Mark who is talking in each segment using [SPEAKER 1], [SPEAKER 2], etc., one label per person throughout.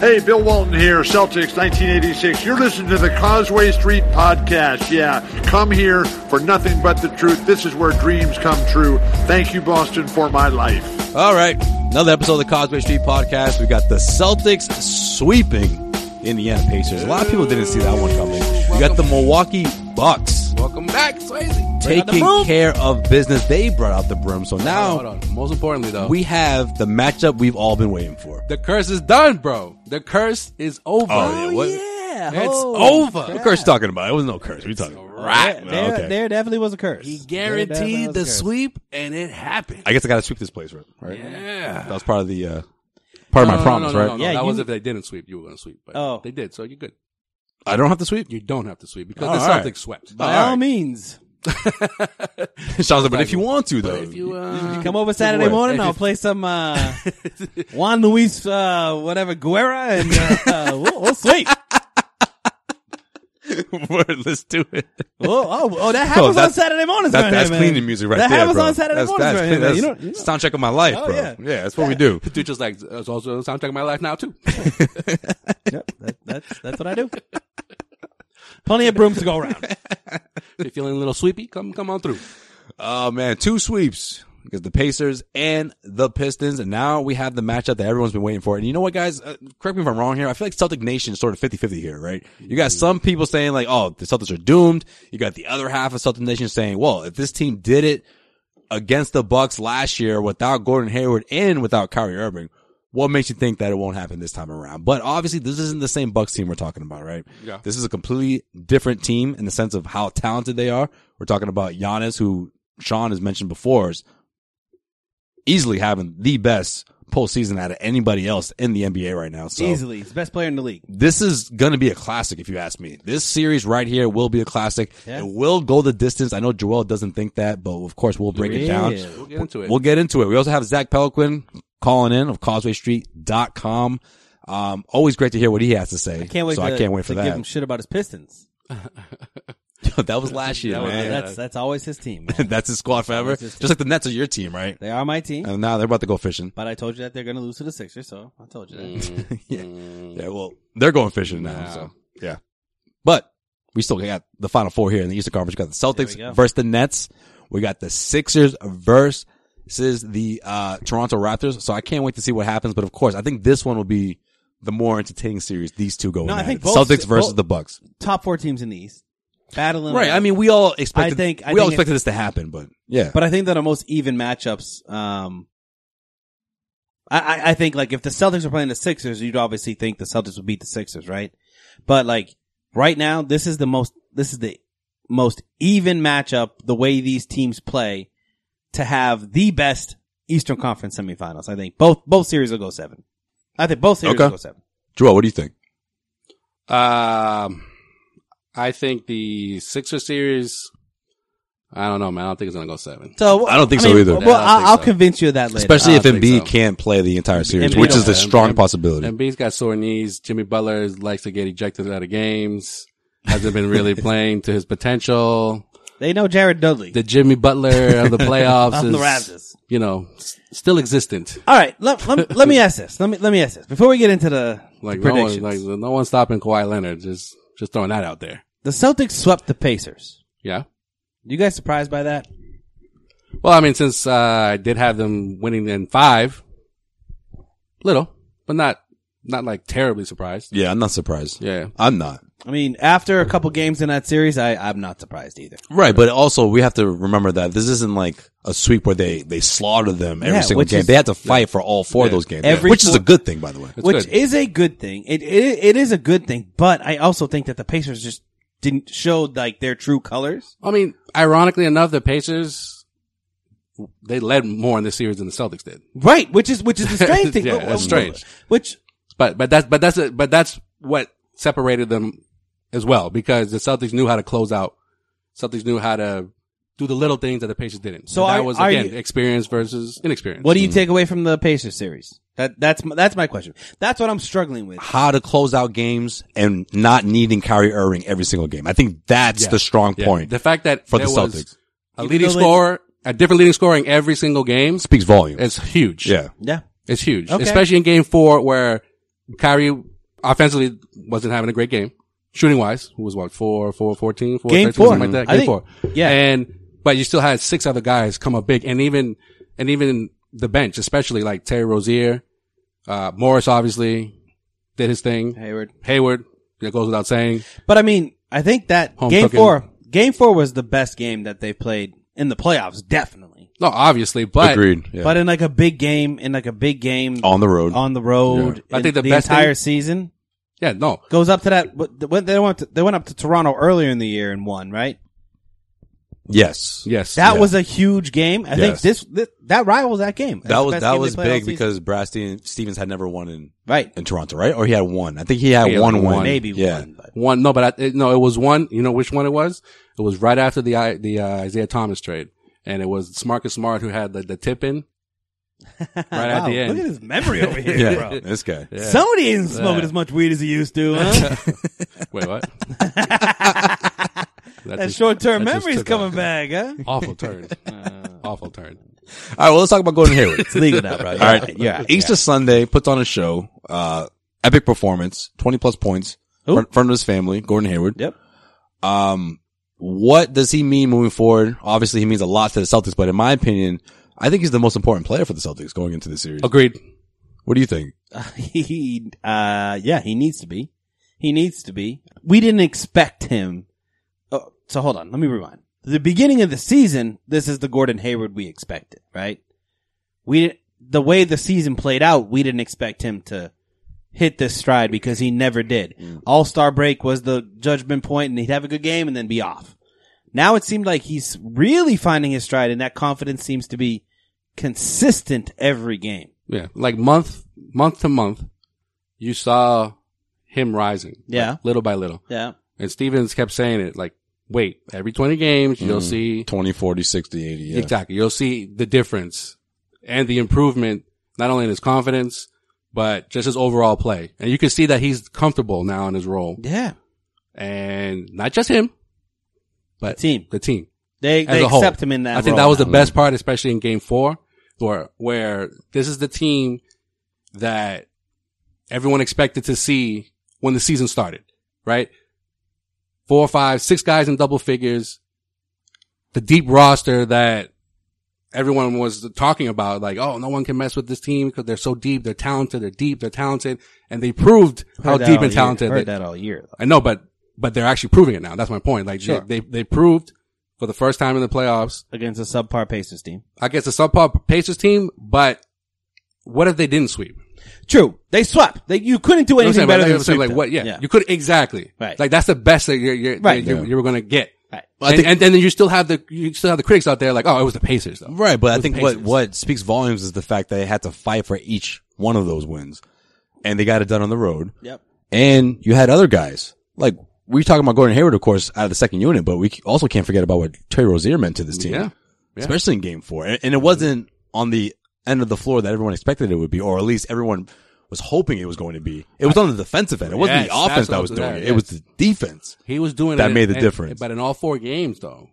[SPEAKER 1] Hey, Bill Walton here, Celtics 1986. You're listening to the Causeway Street Podcast. Yeah, come here for nothing but the truth. This is where dreams come true. Thank you, Boston, for my life.
[SPEAKER 2] All right, another episode of the Causeway Street Podcast. We got the Celtics sweeping Indiana Pacers. A lot of people didn't see that one coming. We got the Milwaukee Bucks
[SPEAKER 3] Welcome back, Swayze.
[SPEAKER 2] taking care of business. They brought out the broom. So
[SPEAKER 3] Hold
[SPEAKER 2] now
[SPEAKER 3] on. Most importantly, though,
[SPEAKER 2] Oh. we have the matchup we've all been waiting for.
[SPEAKER 3] the curse is done, bro. The curse is over.
[SPEAKER 2] Oh, yeah, what-
[SPEAKER 3] It's over.
[SPEAKER 2] What curse you talking about? It was no curse. We talking
[SPEAKER 3] Right.
[SPEAKER 2] Oh,
[SPEAKER 4] There,
[SPEAKER 2] okay.
[SPEAKER 4] there definitely was a curse.
[SPEAKER 3] He
[SPEAKER 4] There definitely
[SPEAKER 3] guaranteed
[SPEAKER 4] was a
[SPEAKER 3] the
[SPEAKER 4] curse.
[SPEAKER 3] sweep, and it happened.
[SPEAKER 2] I guess I got to sweep this place, right? Right? That
[SPEAKER 3] yeah.
[SPEAKER 2] was part of the uh, part of my
[SPEAKER 3] no,
[SPEAKER 2] promise,
[SPEAKER 3] no, no,
[SPEAKER 2] right?
[SPEAKER 3] No, no,
[SPEAKER 4] Yeah,
[SPEAKER 3] that
[SPEAKER 4] you-
[SPEAKER 3] was if they didn't sweep. You were going to sweep. But
[SPEAKER 4] Oh.
[SPEAKER 3] They did, so you're good.
[SPEAKER 2] I don't have to sweep.
[SPEAKER 3] You don't have to sweep because
[SPEAKER 2] Oh,
[SPEAKER 3] the
[SPEAKER 2] all
[SPEAKER 3] Celtics
[SPEAKER 2] right.
[SPEAKER 3] swept.
[SPEAKER 4] By all means,
[SPEAKER 2] Shaw's like, but if you want to, though,
[SPEAKER 3] But if you, uh,
[SPEAKER 4] come over Saturday
[SPEAKER 2] what?
[SPEAKER 4] morning.
[SPEAKER 3] If
[SPEAKER 4] I'll
[SPEAKER 3] it's-
[SPEAKER 4] play some uh, Juan Luis, uh, whatever Guerra, and uh, we'll, we'll sweep.
[SPEAKER 2] Word, let's do it.
[SPEAKER 4] We'll- oh, oh, that happens on
[SPEAKER 2] that's-
[SPEAKER 4] Saturday mornings.
[SPEAKER 2] That's,
[SPEAKER 4] right
[SPEAKER 2] that's
[SPEAKER 4] there, man.
[SPEAKER 2] cleaning music right
[SPEAKER 4] that
[SPEAKER 2] there,
[SPEAKER 4] happens
[SPEAKER 2] bro.
[SPEAKER 4] on Saturday
[SPEAKER 2] that's,
[SPEAKER 4] mornings.
[SPEAKER 2] That's,
[SPEAKER 4] right there.
[SPEAKER 2] that's
[SPEAKER 4] you know, you know.
[SPEAKER 2] soundtrack of my life,
[SPEAKER 4] Oh,
[SPEAKER 2] bro.
[SPEAKER 4] yeah.
[SPEAKER 2] Yeah. that's what we do.
[SPEAKER 3] Dude, just like uh, it's also the soundtrack of my life now too.
[SPEAKER 4] Yep, that, that's that's what I do. Plenty of brooms to go around.
[SPEAKER 3] if you're feeling a little sweepy, come come on through.
[SPEAKER 2] Oh man, two sweeps because the Pacers and the Pistons, and now we have the matchup that everyone's been waiting for. And you know what, guys? Uh, correct me if I'm wrong here. I feel like Celtic Nation is sort of 50-50 here, right? You got some people saying like, "Oh, the Celtics are doomed." You got the other half of Celtic Nation saying, "Well, if this team did it against the Bucks last year without Gordon Hayward and without Kyrie Irving." What makes you think that it won't happen this time around? But obviously, this isn't the same Bucks team we're talking about, right?
[SPEAKER 3] Yeah.
[SPEAKER 2] This is a completely different team in the sense of how talented they are. We're talking about Giannis, who Sean has mentioned before, is easily having the best postseason out of anybody else in the NBA right now. So
[SPEAKER 4] Easily, he's the best player in the league.
[SPEAKER 2] this is going to be a classic, if you ask me. This series right here will be a classic.
[SPEAKER 4] Yeah.
[SPEAKER 2] It will go the distance. I know Joel doesn't think that, but of course we'll break it down.
[SPEAKER 4] Yeah.
[SPEAKER 3] We'll get into it.
[SPEAKER 2] We'll get into it. We also have Zach Peliquin calling in of causewaystreet.com. Um, always great to hear what he has to say.
[SPEAKER 4] I can't wait.
[SPEAKER 2] So
[SPEAKER 4] to,
[SPEAKER 2] I can't wait for
[SPEAKER 4] to give him
[SPEAKER 2] that.
[SPEAKER 4] shit about his Pistons.
[SPEAKER 2] that was last year,
[SPEAKER 3] That was-
[SPEAKER 2] man.
[SPEAKER 4] That's that's always his team. man.
[SPEAKER 2] That's his squad forever.
[SPEAKER 4] That's his
[SPEAKER 2] Just like the Nets are your team, right?
[SPEAKER 4] They are my team.
[SPEAKER 2] And now they're about to go fishing.
[SPEAKER 4] But I told you that they're going to lose to the Sixers, so I told you that.
[SPEAKER 2] yeah.
[SPEAKER 4] Mm.
[SPEAKER 2] yeah, well, they're going fishing now.
[SPEAKER 3] Yeah.
[SPEAKER 2] So yeah, but we still got the final four here in the Eastern Conference. We got the Celtics
[SPEAKER 4] There we go.
[SPEAKER 2] versus the Nets. We got the Sixers versus the uh, Toronto Raptors. So I can't wait to see what happens. But of course, I think this one will be the more entertaining series. These two going.
[SPEAKER 4] No, I
[SPEAKER 2] at
[SPEAKER 4] think
[SPEAKER 2] it.
[SPEAKER 4] both-
[SPEAKER 2] Celtics versus
[SPEAKER 4] both-
[SPEAKER 2] the Bucks.
[SPEAKER 4] Top four teams in the East battling.
[SPEAKER 2] Right. I mean, we all expected.
[SPEAKER 4] I think- I
[SPEAKER 2] we all
[SPEAKER 4] think
[SPEAKER 2] expected this to happen, but yeah.
[SPEAKER 4] but I think that are most even matchups. Um, I, I I think like if the Celtics are playing the Sixers, you'd obviously think the Celtics would beat the Sixers, right? But like right now, this is the most this is the most even matchup the way these teams play to have the best Eastern Conference semifinals. I think both both series will go seven. I think both series
[SPEAKER 2] Okay.
[SPEAKER 4] will go seven.
[SPEAKER 2] Joel, what do you think?
[SPEAKER 3] Um, I think the Sixer series. I don't know, man. I don't think it's gonna go seven.
[SPEAKER 4] So
[SPEAKER 2] I don't think so either.
[SPEAKER 4] Well,
[SPEAKER 3] I don't think
[SPEAKER 4] I'll, I'll
[SPEAKER 3] so.
[SPEAKER 4] convince you of that later.
[SPEAKER 2] Especially
[SPEAKER 3] I
[SPEAKER 2] if
[SPEAKER 3] don't
[SPEAKER 2] Embiid
[SPEAKER 3] think so.
[SPEAKER 2] can't play the entire series,
[SPEAKER 4] Embiid
[SPEAKER 2] which is
[SPEAKER 4] don't
[SPEAKER 2] the
[SPEAKER 3] play.
[SPEAKER 2] strong
[SPEAKER 3] Embiid-
[SPEAKER 2] possibility.
[SPEAKER 3] Embiid's got sore knees. Jimmy Butler is- likes to get ejected out of games. Hasn't been really playing to his potential.
[SPEAKER 4] they know Jared Dudley.
[SPEAKER 3] The Jimmy Butler of the playoffs
[SPEAKER 4] Of the Raptors.
[SPEAKER 3] is, you know, s- still existent.
[SPEAKER 4] All right, let, let, let me ask this. Let me let me ask this before we get into the,
[SPEAKER 3] Like
[SPEAKER 4] the
[SPEAKER 3] no one,
[SPEAKER 4] predictions.
[SPEAKER 3] like no one's stopping Kawhi Leonard. Just, just throwing that out there.
[SPEAKER 4] the Celtics swept the Pacers.
[SPEAKER 3] Yeah.
[SPEAKER 4] You guys surprised by that?
[SPEAKER 3] Well, I mean, since uh, I did have them winning in five, little, but not, not like terribly surprised.
[SPEAKER 2] Yeah, I'm not surprised.
[SPEAKER 3] Yeah.
[SPEAKER 2] I'm not.
[SPEAKER 4] I mean, after a couple games in that series, I I'm not surprised either.
[SPEAKER 2] Right, but also we have to remember that this isn't like a sweep where they they slaughter them every
[SPEAKER 4] Yeah,
[SPEAKER 2] single
[SPEAKER 4] which
[SPEAKER 2] game.
[SPEAKER 4] is-
[SPEAKER 2] they had to fight for all four of those games,
[SPEAKER 4] Every
[SPEAKER 2] which is
[SPEAKER 4] four-
[SPEAKER 2] a good thing, by the way.
[SPEAKER 4] which
[SPEAKER 3] good.
[SPEAKER 4] is a good thing. It, it it is a good thing, but I also think that the Pacers just didn't show like their true colors.
[SPEAKER 3] I mean, ironically enough, the Pacers, they led more in this series than the Celtics did.
[SPEAKER 4] Right, which is which is the strange thing.
[SPEAKER 3] Yeah, that's strange.
[SPEAKER 4] Which
[SPEAKER 3] But, but that's, but that's, a, but that's what separated them as well because the Celtics knew how to close out. Celtics knew how to do the little things that the Pacers didn't.
[SPEAKER 4] So
[SPEAKER 3] So that
[SPEAKER 4] are-
[SPEAKER 3] was
[SPEAKER 4] are
[SPEAKER 3] again
[SPEAKER 4] you-
[SPEAKER 3] experience versus inexperience.
[SPEAKER 4] what do you take away from the Pacers series? That that's my, that's my question. That's what I'm struggling with.
[SPEAKER 2] How to close out games and not needing Kyrie Irving every single game. I think that's
[SPEAKER 3] Yeah.
[SPEAKER 2] the strong
[SPEAKER 3] Yeah.
[SPEAKER 2] point.
[SPEAKER 3] The fact that
[SPEAKER 2] Mm-hmm. for
[SPEAKER 3] there
[SPEAKER 2] the
[SPEAKER 3] was
[SPEAKER 2] Celtics.
[SPEAKER 3] a
[SPEAKER 4] Even
[SPEAKER 3] leading
[SPEAKER 4] though they-
[SPEAKER 3] scorer, a different leading scorer in every single game
[SPEAKER 2] Speaks volume.
[SPEAKER 3] is huge.
[SPEAKER 2] yeah.
[SPEAKER 4] Yeah.
[SPEAKER 3] It's huge,
[SPEAKER 4] Okay.
[SPEAKER 3] especially in game four where Kyrie offensively wasn't having a great game shooting wise. Who was what four, four, 14, four,
[SPEAKER 4] Game
[SPEAKER 3] 13,
[SPEAKER 4] four.
[SPEAKER 3] something like that.
[SPEAKER 4] I
[SPEAKER 3] Game
[SPEAKER 4] think-
[SPEAKER 3] four.
[SPEAKER 4] yeah.
[SPEAKER 3] And, but you still had six other guys come up big and even, and even the bench, especially like Terry Rozier, uh, Morris obviously did his thing.
[SPEAKER 4] Hayward.
[SPEAKER 3] Hayward, that goes without saying.
[SPEAKER 4] But I mean, I think that
[SPEAKER 3] Home
[SPEAKER 4] game
[SPEAKER 3] cooking.
[SPEAKER 4] 4 game 4 was the best game that they played in the playoffs, definitely.
[SPEAKER 3] No, obviously, but
[SPEAKER 2] Agreed. Yeah.
[SPEAKER 4] But in like a big game, in like a big game
[SPEAKER 2] on the road.
[SPEAKER 4] on the road,
[SPEAKER 3] Yeah. I
[SPEAKER 4] in
[SPEAKER 3] think the
[SPEAKER 4] the
[SPEAKER 3] best
[SPEAKER 4] entire
[SPEAKER 3] thing-
[SPEAKER 4] season,
[SPEAKER 3] yeah, no,
[SPEAKER 4] goes up to that. but They went, they went to, they went up to Toronto earlier in the year and won, right?
[SPEAKER 2] yes.
[SPEAKER 3] yes,
[SPEAKER 4] That
[SPEAKER 2] Yeah.
[SPEAKER 4] was a huge game. I think
[SPEAKER 2] Yes.
[SPEAKER 4] this, thi- that rivals that game. That's
[SPEAKER 2] That
[SPEAKER 4] the
[SPEAKER 2] was
[SPEAKER 4] best
[SPEAKER 2] that
[SPEAKER 4] game they
[SPEAKER 2] was
[SPEAKER 4] played all
[SPEAKER 2] big
[SPEAKER 4] season.
[SPEAKER 2] because Brad Steven- Stevens had never won in,
[SPEAKER 4] right
[SPEAKER 2] in Toronto, right? Or he had one. I think he had
[SPEAKER 3] He had
[SPEAKER 2] one
[SPEAKER 3] one.
[SPEAKER 2] win.
[SPEAKER 4] maybe
[SPEAKER 2] Yeah.
[SPEAKER 4] one, but
[SPEAKER 3] One, no, but I, it, no, it was one. You know which one it was? It was right after the I the uh, Isaiah Thomas trade, and it was Smarcus Smart who had the, the tip in.
[SPEAKER 4] right
[SPEAKER 3] at the end.
[SPEAKER 4] Look at his memory over here,
[SPEAKER 2] Yeah.
[SPEAKER 4] bro.
[SPEAKER 2] This guy.
[SPEAKER 3] Yeah.
[SPEAKER 4] Somebody isn't smoking
[SPEAKER 3] Yeah.
[SPEAKER 4] as much weed as he used to. Huh?
[SPEAKER 3] Wait, what? That
[SPEAKER 4] that
[SPEAKER 3] just-
[SPEAKER 4] short Uh. term
[SPEAKER 3] that just
[SPEAKER 4] memory's
[SPEAKER 3] took
[SPEAKER 4] coming
[SPEAKER 3] off.
[SPEAKER 4] back, huh?
[SPEAKER 3] Awful turn. Awful turn.
[SPEAKER 2] All right. Well, let's talk about Gordon Hayward.
[SPEAKER 4] It's legal now, bro.
[SPEAKER 2] All right.
[SPEAKER 4] yeah.
[SPEAKER 2] Easter Sunday puts on a show. Uh, epic performance, 20 plus points
[SPEAKER 4] Who?
[SPEAKER 2] in front of his family, Gordon Hayward.
[SPEAKER 4] Yep.
[SPEAKER 2] Um, what does he mean moving forward? Obviously, he means a lot to the Celtics, but in my opinion, I think he's the most important player for the Celtics going into the series.
[SPEAKER 3] Agreed.
[SPEAKER 2] What do you think?
[SPEAKER 4] he uh yeah he needs to be he needs to be we didn't expect him oh, so hold on let me rewind the beginning of the season this is the gordon hayward we expected right we didn't the way the season played out we didn't expect him to hit this stride because he never did all-star break was the judgment point and he'd have a good game and then be off now it seemed like he's really finding his stride and that confidence seems to be consistent every game
[SPEAKER 3] Yeah, like month month to month, you saw him rising.
[SPEAKER 4] Yeah.
[SPEAKER 3] like, little by little,
[SPEAKER 4] yeah
[SPEAKER 3] and Stevens kept saying it. Like, wait, every twenty games you'll see
[SPEAKER 2] 20, 40, 60, 80. Yeah.
[SPEAKER 3] Exactly. You'll see the difference and the improvement, not only in his confidence, but just his overall play. And you can see that he's comfortable now in his role.
[SPEAKER 4] yeah
[SPEAKER 3] And not just him, but
[SPEAKER 4] Team.
[SPEAKER 3] the team.
[SPEAKER 4] They,
[SPEAKER 3] As
[SPEAKER 4] they
[SPEAKER 3] a whole.
[SPEAKER 4] accept him in that.
[SPEAKER 3] I think
[SPEAKER 4] role
[SPEAKER 3] that was
[SPEAKER 4] now.
[SPEAKER 3] the best part, especially in game four, where, where this is the team that everyone expected to see when the season started, right? Four, five, six guys in double figures, the deep roster that everyone was talking about, like, oh, no one can mess with this team because they're so deep, they're talented, they're deep, they're talented, and they proved
[SPEAKER 4] Heard
[SPEAKER 3] how
[SPEAKER 4] that
[SPEAKER 3] deep
[SPEAKER 4] all
[SPEAKER 3] and
[SPEAKER 4] year.
[SPEAKER 3] talented
[SPEAKER 4] Heard
[SPEAKER 3] they,
[SPEAKER 4] that all year. though.
[SPEAKER 3] I know, but but they're actually proving it now. That's my point. Like they, they they proved for the first time in the playoffs
[SPEAKER 4] against a subpar Pacers team.
[SPEAKER 3] against a subpar Pacers team. But what if they didn't sweep?
[SPEAKER 4] True, they swept. They, you couldn't do
[SPEAKER 3] You know what
[SPEAKER 4] anything
[SPEAKER 3] I'm saying?
[SPEAKER 4] better
[SPEAKER 3] Like,
[SPEAKER 4] than
[SPEAKER 3] I'm saying,
[SPEAKER 4] sweep
[SPEAKER 3] like
[SPEAKER 4] them.
[SPEAKER 3] what? Yeah, you could exactly.
[SPEAKER 4] Right.
[SPEAKER 3] Like that's the best that you're you're
[SPEAKER 4] Right.
[SPEAKER 3] you're,
[SPEAKER 2] Yeah.
[SPEAKER 3] you're going to get.
[SPEAKER 4] Right.
[SPEAKER 2] Well, I
[SPEAKER 3] and,
[SPEAKER 2] think-
[SPEAKER 3] and then you still have the you still have the critics out there like, oh, it was the Pacers though.
[SPEAKER 2] Right, but I
[SPEAKER 3] With
[SPEAKER 2] think
[SPEAKER 3] the
[SPEAKER 2] what
[SPEAKER 3] Pacers.
[SPEAKER 2] what speaks volumes is the fact that they had to fight for each one of those wins, and they got it done on the road.
[SPEAKER 4] Yep.
[SPEAKER 2] And you had other guys like we talking about Gordon Hayward, of course, out of the second unit, but we also can't forget about what Terry Rozier meant to this team,
[SPEAKER 3] Yeah. Yeah.
[SPEAKER 2] especially in Game Four. And, and it wasn't on the end of the floor that everyone expected it would be, or at least everyone was hoping it was going to be. It was on the defensive end. It wasn't
[SPEAKER 3] Yes,
[SPEAKER 2] the offense
[SPEAKER 3] that's what
[SPEAKER 2] that
[SPEAKER 3] I
[SPEAKER 2] was
[SPEAKER 3] was
[SPEAKER 2] doing
[SPEAKER 3] gonna
[SPEAKER 2] it.
[SPEAKER 3] add,
[SPEAKER 2] It was
[SPEAKER 3] yes.
[SPEAKER 2] the defense.
[SPEAKER 3] He was doing
[SPEAKER 2] That
[SPEAKER 3] it in-
[SPEAKER 2] made the
[SPEAKER 3] in-
[SPEAKER 2] difference.
[SPEAKER 3] But in all four games, though,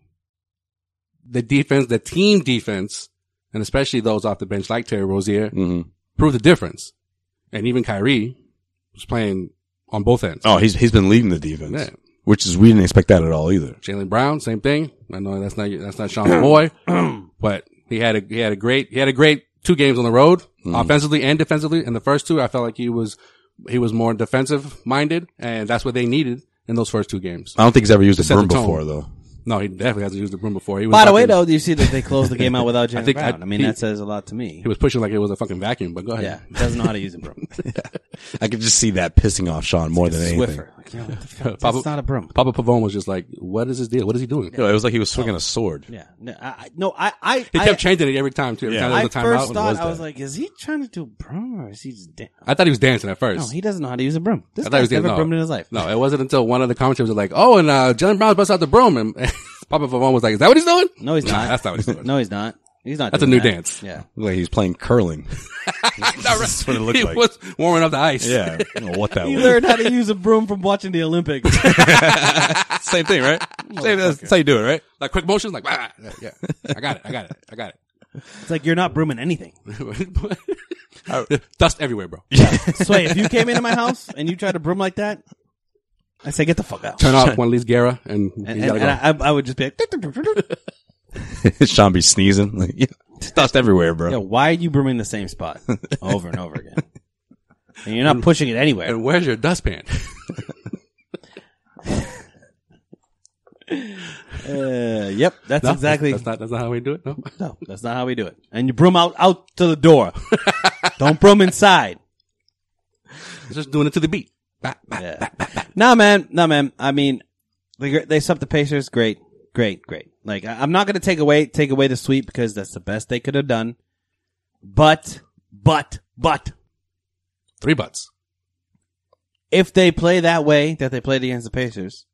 [SPEAKER 3] the defense, the team defense, and especially those off the bench like Terry Rozier,
[SPEAKER 2] Mhm.
[SPEAKER 3] proved the difference. And even Kyrie was playing on both ends.
[SPEAKER 2] Oh, he's he's been leading the defense,
[SPEAKER 3] Yeah.
[SPEAKER 2] which is we didn't expect that at all either.
[SPEAKER 3] Jalen Brown, same thing. I know that's not that's not Sean's boy, but he had a he had a great he had a great two games on the road,
[SPEAKER 2] Mm.
[SPEAKER 3] offensively and defensively. And the first two, I felt like he was he was more defensive minded, and that's what they needed in those first two games.
[SPEAKER 2] I don't think he's ever used a
[SPEAKER 3] Set the
[SPEAKER 2] broom
[SPEAKER 3] tone.
[SPEAKER 2] before though.
[SPEAKER 3] No, he definitely hasn't used the broom before. He was
[SPEAKER 4] By the way,
[SPEAKER 3] fucking-
[SPEAKER 4] though, do you see that they closed the game out without Jalen
[SPEAKER 3] think I-
[SPEAKER 4] Brown? I, mean,
[SPEAKER 3] he-
[SPEAKER 4] that says a lot to me.
[SPEAKER 3] he was pushing like it was a fucking vacuum. But go ahead.
[SPEAKER 4] yeah, doesn't know how to use it, bro.
[SPEAKER 2] I could just see that pissing off Sean more than anything.
[SPEAKER 4] Swiffer. Like, yo, what the fuck?
[SPEAKER 3] Papa-
[SPEAKER 4] That's not a broom.
[SPEAKER 3] Papa Pavone was just like, "What is his deal? What is he doing?"
[SPEAKER 2] You know, it was like he was swinging a sword.
[SPEAKER 4] Yeah, no, I, I- no, I, I,
[SPEAKER 3] He
[SPEAKER 4] I,
[SPEAKER 3] kept changing it every time too. Every
[SPEAKER 2] Yeah.
[SPEAKER 3] time
[SPEAKER 4] I
[SPEAKER 3] there was
[SPEAKER 4] first
[SPEAKER 3] a timeout,
[SPEAKER 4] thought
[SPEAKER 3] was
[SPEAKER 4] I was
[SPEAKER 3] that.
[SPEAKER 4] like, is he trying to do a broom or is he just? Da-
[SPEAKER 3] I thought he was dancing at
[SPEAKER 4] no,
[SPEAKER 3] first.
[SPEAKER 4] he doesn't know how to use a broom. This
[SPEAKER 3] I thought he was
[SPEAKER 4] guy's
[SPEAKER 3] dancing.
[SPEAKER 4] never
[SPEAKER 3] No.
[SPEAKER 4] broomed in his life.
[SPEAKER 3] No, it wasn't until one of the commentators was like, "Oh, and uh, Jalen Brown busts out the broom," and Papa Pavone was like, "Is that what he's doing?"
[SPEAKER 4] no, he's
[SPEAKER 3] Nah,
[SPEAKER 4] not.
[SPEAKER 3] that's not what he's doing.
[SPEAKER 4] No, he's not. He's not.
[SPEAKER 3] That's a
[SPEAKER 4] doing
[SPEAKER 3] new
[SPEAKER 4] that.
[SPEAKER 3] dance.
[SPEAKER 4] Yeah.
[SPEAKER 2] Like he's playing curling. That's what it looked
[SPEAKER 3] he
[SPEAKER 2] like.
[SPEAKER 3] was warming up the ice.
[SPEAKER 2] Yeah, I don't know what that
[SPEAKER 4] He
[SPEAKER 2] was.
[SPEAKER 4] learned how to use a broom from watching the Olympics.
[SPEAKER 2] Same thing, right? Same, that's, that's how you do it, right?
[SPEAKER 3] like quick motions, like "Ah, yeah, yeah. I got it, I got it, I got
[SPEAKER 4] it's like you're not brooming anything.
[SPEAKER 3] it. Dust everywhere, bro.
[SPEAKER 4] Sway, if you came into my house and you tried to broom like that, I say get the fuck out.
[SPEAKER 3] Turn off one of these Guerra, and,
[SPEAKER 4] And,
[SPEAKER 3] you gotta
[SPEAKER 4] and,
[SPEAKER 3] go.
[SPEAKER 4] and I, I would just be like,
[SPEAKER 2] Sean be sneezing. Like, yeah, dust everywhere, bro.
[SPEAKER 4] yeah, why are you brooming the same spot over and over again? And you're not pushing it anywhere.
[SPEAKER 3] and where's your dustpan?
[SPEAKER 4] Uh, yep, that's
[SPEAKER 3] No,
[SPEAKER 4] exactly.
[SPEAKER 3] That's, that's not. That's not how we do it. No.
[SPEAKER 4] no, that's not how we do it. And you broom out out to the door. Don't broom inside.
[SPEAKER 3] It's just doing it to the beat. Bah, bah.
[SPEAKER 4] Yeah. nah, man. Nah, man. I mean, they they swept the Pacers. Great, great, great. Like I, I'm not gonna take away take away the sweep because that's the best they could have done. But, but, but
[SPEAKER 3] Three butts.
[SPEAKER 4] if they play that way that they played against the Pacers,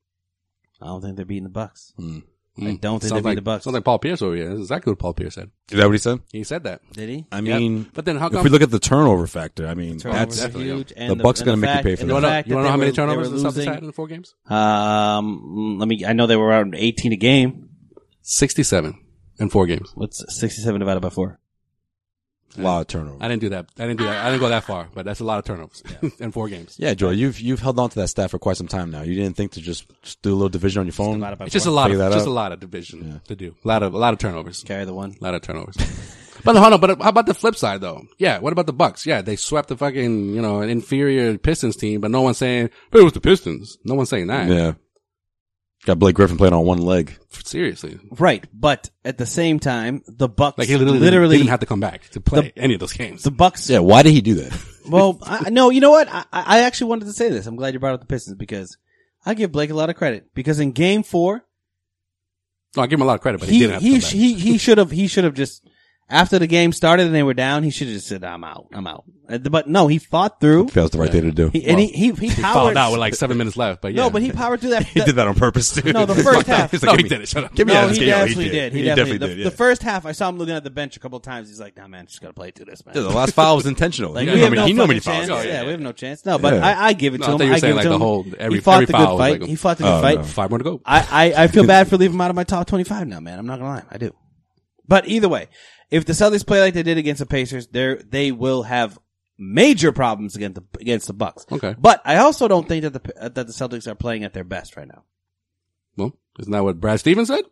[SPEAKER 4] I don't think they're beating the Bucks.
[SPEAKER 2] Hmm.
[SPEAKER 4] I don't think they
[SPEAKER 3] Mm. Sounds
[SPEAKER 4] beat
[SPEAKER 3] like,
[SPEAKER 4] the Bucks.
[SPEAKER 3] Sounds like Paul Pierce over here. That's exactly what Paul Pierce said.
[SPEAKER 2] Is that what he said?
[SPEAKER 3] He said that.
[SPEAKER 4] Did he?
[SPEAKER 2] I
[SPEAKER 3] Yep.
[SPEAKER 2] mean,
[SPEAKER 3] But then how
[SPEAKER 2] if
[SPEAKER 3] come-
[SPEAKER 2] we look at the turnover factor, I mean,
[SPEAKER 4] Turnovers
[SPEAKER 2] that's
[SPEAKER 4] are huge, and
[SPEAKER 2] the Bucks are
[SPEAKER 4] and
[SPEAKER 2] gonna make you
[SPEAKER 4] fact-
[SPEAKER 2] pay for
[SPEAKER 4] and
[SPEAKER 2] that. You
[SPEAKER 4] the
[SPEAKER 2] wanna-
[SPEAKER 4] fact
[SPEAKER 3] You want to
[SPEAKER 4] that
[SPEAKER 3] know how
[SPEAKER 4] they
[SPEAKER 3] many
[SPEAKER 4] were-
[SPEAKER 3] turnovers
[SPEAKER 4] they
[SPEAKER 3] the
[SPEAKER 4] were
[SPEAKER 3] Celtics
[SPEAKER 4] losing-
[SPEAKER 3] had in the four games?
[SPEAKER 4] Um, let me. I know they were around 18 a game.
[SPEAKER 3] Sixty-seven in four games.
[SPEAKER 4] What's 67 divided by four?
[SPEAKER 2] a lot of turnover.
[SPEAKER 3] I didn't do that. I didn't do that. I didn't go that far, but that's a lot of turnovers in four games.
[SPEAKER 2] Yeah, Joy, you've you've held on to that stat for quite some time now. You didn't think to just, just do a little division on your phone?
[SPEAKER 4] divided by
[SPEAKER 3] It's just a lot of
[SPEAKER 2] Figure that
[SPEAKER 3] just
[SPEAKER 2] out.
[SPEAKER 3] a lot of division to do. A lot of a lot of turnovers.
[SPEAKER 4] Carry the one.
[SPEAKER 3] A lot of turnovers. but hold on. But how about the flip side though? Yeah. What about the Bucks? Yeah, they swept the fucking you know an inferior Pistons team, but no one's saying but it was the Pistons. No one's saying that.
[SPEAKER 2] Yeah, got Blake Griffin playing on one leg.
[SPEAKER 3] Seriously.
[SPEAKER 4] Right, but at the same time, the Bucks
[SPEAKER 3] Like he literally, didn't have to come back to play any of those games.
[SPEAKER 4] the Bucks.
[SPEAKER 2] Yeah, why did he do that?
[SPEAKER 4] Well, I, no, you know what? I, I I actually wanted to say this. I'm glad you brought up the Pistons because I give Blake a lot of credit because in Game Four,
[SPEAKER 3] no, I give him a lot of credit, but he,
[SPEAKER 4] he
[SPEAKER 3] didn't have
[SPEAKER 4] he
[SPEAKER 3] to come back.
[SPEAKER 4] he, he should have he should have just after the game started and they were down, he should have just said, "I'm out, I'm out." Uh, But no, he fought through.
[SPEAKER 2] That was the right thing to do.
[SPEAKER 4] He, and he he he, powered.
[SPEAKER 3] fouled out with like seven minutes left. But yeah.
[SPEAKER 4] no, but he powered through that.
[SPEAKER 2] He did that on purpose too.
[SPEAKER 4] No, the first half.
[SPEAKER 2] He's
[SPEAKER 3] No,
[SPEAKER 2] give
[SPEAKER 3] he
[SPEAKER 2] me-
[SPEAKER 3] didn't. Shut up.
[SPEAKER 2] Give me
[SPEAKER 4] no,
[SPEAKER 2] that
[SPEAKER 4] he
[SPEAKER 2] game. Yeah,
[SPEAKER 4] definitely did. He, definitely,
[SPEAKER 2] did,
[SPEAKER 4] The,
[SPEAKER 2] yeah.
[SPEAKER 4] the first half, I saw him looking at the bench a couple times. He's like, "Nah, man, just gotta play through this, man."
[SPEAKER 2] Yeah, the last foul was intentional. he
[SPEAKER 4] Like, we
[SPEAKER 2] knew how
[SPEAKER 4] have
[SPEAKER 2] many,
[SPEAKER 4] no
[SPEAKER 2] he knew how many
[SPEAKER 4] fucking
[SPEAKER 2] fouls.
[SPEAKER 3] Oh,
[SPEAKER 4] chance.
[SPEAKER 3] yeah,
[SPEAKER 4] yeah,
[SPEAKER 3] yeah.
[SPEAKER 4] we have no chance. No, but
[SPEAKER 2] Yeah.
[SPEAKER 4] I, I give it
[SPEAKER 3] No, I
[SPEAKER 4] to
[SPEAKER 3] thought
[SPEAKER 4] him.
[SPEAKER 3] you were
[SPEAKER 4] I give
[SPEAKER 3] saying,
[SPEAKER 4] it
[SPEAKER 3] like,
[SPEAKER 4] to
[SPEAKER 3] the
[SPEAKER 4] him.
[SPEAKER 3] whole- every-
[SPEAKER 4] he fought
[SPEAKER 3] every
[SPEAKER 4] the
[SPEAKER 3] foul
[SPEAKER 4] good
[SPEAKER 3] was
[SPEAKER 4] fight.
[SPEAKER 3] like a-
[SPEAKER 4] he fought the good
[SPEAKER 2] Oh,
[SPEAKER 4] fight.
[SPEAKER 2] no.
[SPEAKER 3] five more to go.
[SPEAKER 4] I, I, I feel bad for leaving him out of my top 25 now, man. I'm not going to lie. I do. But either way, if the Celtics play like they did against the Pacers, they they will have major problems against the against the Bucks.
[SPEAKER 3] Okay.
[SPEAKER 4] But I also don't think that the uh, that the Celtics are playing at their best right now.
[SPEAKER 3] Well, isn't that what Brad Stevens said?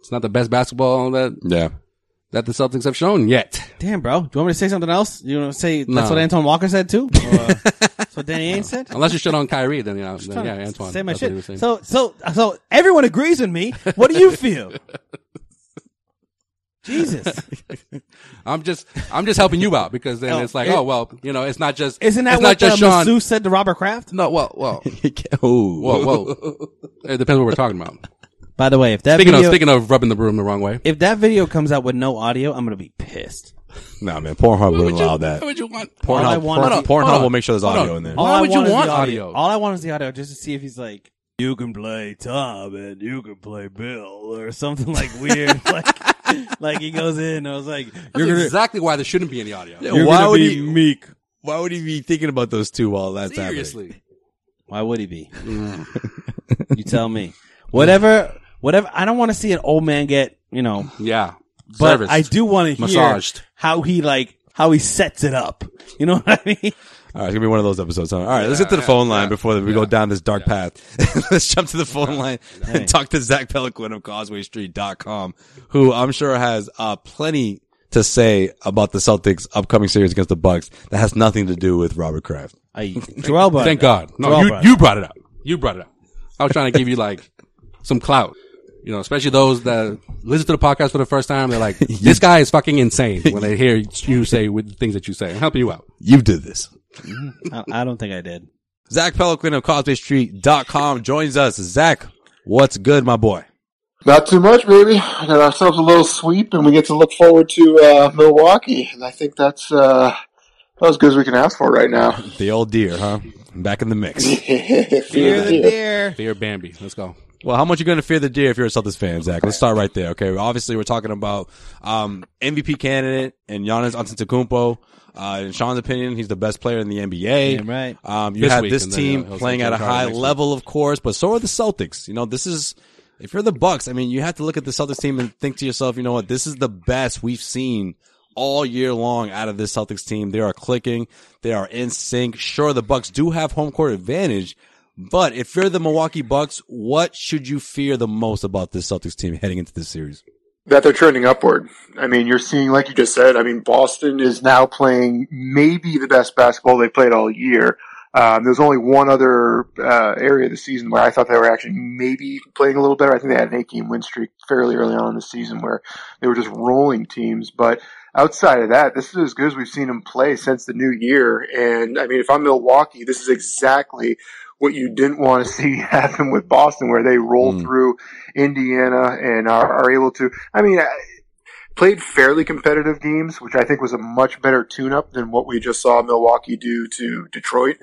[SPEAKER 3] It's not the best basketball that
[SPEAKER 2] Yeah.
[SPEAKER 3] that the Celtics have shown yet.
[SPEAKER 4] Damn, bro. Do you want me to say something else? You want to say
[SPEAKER 3] No.
[SPEAKER 4] that's what Anton Walker said too? Or, uh, that's what Danny Ainge said?
[SPEAKER 3] Unless you shit on Kyrie, then you know, then,
[SPEAKER 4] Trying
[SPEAKER 3] yeah,
[SPEAKER 4] to
[SPEAKER 3] Antoine.
[SPEAKER 4] Say my
[SPEAKER 3] that's what he was
[SPEAKER 4] shit.
[SPEAKER 3] saying.
[SPEAKER 4] So, so, so everyone agrees with me. What do you feel? Jesus,
[SPEAKER 3] I'm just, I'm just helping you out because then
[SPEAKER 4] Oh,
[SPEAKER 3] it's like,
[SPEAKER 4] it-
[SPEAKER 3] oh well, you know, it's not just,
[SPEAKER 4] isn't that
[SPEAKER 3] it's
[SPEAKER 4] what
[SPEAKER 3] not
[SPEAKER 4] the
[SPEAKER 3] just Sean.
[SPEAKER 4] masseuse said to Robert Kraft?
[SPEAKER 3] No, well, well,
[SPEAKER 2] oh,
[SPEAKER 3] well, well. It depends what we're talking about.
[SPEAKER 4] By the way, if that
[SPEAKER 3] Speaking of,
[SPEAKER 4] video,
[SPEAKER 3] speaking of rubbing the broom the wrong way.
[SPEAKER 4] if that video comes out with no audio, I'm gonna be pissed.
[SPEAKER 2] Nah, man, Pornhub
[SPEAKER 3] What would
[SPEAKER 2] wouldn't
[SPEAKER 3] you-
[SPEAKER 2] allow that.
[SPEAKER 3] What would you want?
[SPEAKER 4] All I
[SPEAKER 2] Pornhub,
[SPEAKER 4] want
[SPEAKER 2] Pornhub, Pornhub
[SPEAKER 4] is
[SPEAKER 3] hold on,
[SPEAKER 2] will make sure there's
[SPEAKER 3] hold
[SPEAKER 2] audio
[SPEAKER 3] on.
[SPEAKER 2] in there.
[SPEAKER 3] Why
[SPEAKER 4] I
[SPEAKER 3] would you
[SPEAKER 4] is the
[SPEAKER 3] want audio?
[SPEAKER 4] All I want is the audio just to see if he's like, you can play Tom and you can play Bill or something like weird. like, like he goes in. I was like,
[SPEAKER 3] That's exactly why there shouldn't be any audio.
[SPEAKER 4] you're
[SPEAKER 2] why
[SPEAKER 4] gonna
[SPEAKER 2] would
[SPEAKER 4] be
[SPEAKER 2] he-
[SPEAKER 4] meek.
[SPEAKER 2] Why would he be thinking about those two while that's happening?
[SPEAKER 3] Seriously.
[SPEAKER 4] Why would he be? you tell me. Whatever, whatever. I don't want to see an old man get, you know,
[SPEAKER 3] Yeah.
[SPEAKER 4] but
[SPEAKER 3] Serviced.
[SPEAKER 4] I do want to hear
[SPEAKER 3] Massaged.
[SPEAKER 4] how he like, how he sets it up. You know what I mean?
[SPEAKER 2] All right, it's gonna be one of those episodes. Huh? All right, let's get to the phone line before we go down this dark path. let's jump to the phone line and talk to Zach Peliquin of CausewayStreet.com, who I'm sure has uh, plenty to say about the Celtics' upcoming series against the Bucks that has nothing to do with Robert Kraft.
[SPEAKER 4] I, Jarrell brought
[SPEAKER 3] Thank
[SPEAKER 4] it up.
[SPEAKER 3] God. No,
[SPEAKER 4] Jarrell
[SPEAKER 3] you,
[SPEAKER 4] brought it
[SPEAKER 3] you brought it up. You brought it up. I was trying to give you like some clout. You know, especially those that listen to the podcast for the first time, they're like, "This guy is fucking insane." When they hear you say with the things that you say, I'm helping you out.
[SPEAKER 2] You did this.
[SPEAKER 4] I, I don't think I did.
[SPEAKER 2] Zach Peliquin of CausewayStreet.com joins us. Zach, what's good, my boy?
[SPEAKER 5] Not too much, baby. Got ourselves a little sweep, and we get to look forward to uh, Milwaukee. And I think that's uh, about as good as we can ask for right now.
[SPEAKER 2] The old deer, huh? I'm back in the mix.
[SPEAKER 5] Fear the deer.
[SPEAKER 3] Fear Bambi. Let's go.
[SPEAKER 2] Well, how much you going to fear the deer if you're a Celtics fan, Zach? Let's start right there. Okay, obviously we're talking about um, MVP candidate and Giannis Antetokounmpo. Uh, in Sean's opinion, he's the best player in the NBA.
[SPEAKER 4] Damn right.
[SPEAKER 2] Um, you
[SPEAKER 3] This
[SPEAKER 2] have
[SPEAKER 3] week,
[SPEAKER 2] this
[SPEAKER 3] and then uh,
[SPEAKER 2] team
[SPEAKER 3] he'll- he'll
[SPEAKER 2] playing
[SPEAKER 3] take
[SPEAKER 2] at a
[SPEAKER 3] James Harden
[SPEAKER 2] high
[SPEAKER 3] next week.
[SPEAKER 2] level, of course, but so are the Celtics. You know, this is if you're the Bucks. I mean, you have to look at the Celtics team and think to yourself, you know what? This is the best we've seen all year long out of this Celtics team. They are clicking. They are in sync. Sure, the Bucks do have home court advantage, but if you're the Milwaukee Bucks, what should you fear the most about this Celtics team heading into this series?
[SPEAKER 5] That they're trending upward. I mean, you're seeing, like you just said, I mean, Boston is now playing maybe the best basketball they played all year. Um, there's only one other uh, area of the season where I thought they were actually maybe playing a little better. I think they had an eight game win streak fairly early on in the season where they were just rolling teams. But outside of that, this is as good as we've seen them play since the new year. And I mean, if I'm Milwaukee, this is exactly what you didn't want to see happen with Boston, where they roll
[SPEAKER 2] Mm.
[SPEAKER 5] through Indiana and are, are able to. I mean, I, played fairly competitive games, which I think was a much better tune-up than what we just saw Milwaukee do to Detroit.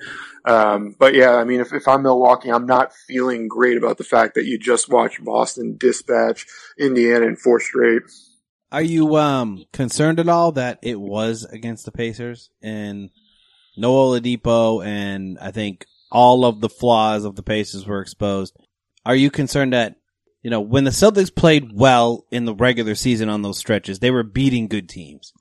[SPEAKER 5] Um, but yeah, I mean, if, if I'm Milwaukee, I'm not feeling great about the fact that you just watched Boston dispatch Indiana in four straight.
[SPEAKER 4] Are you um concerned at all that it was against the Pacers and no Oladipo and I think all of the flaws of the Pacers were exposed? Are you concerned that you know when the Celtics played well in the regular season on those stretches, they were beating good teams,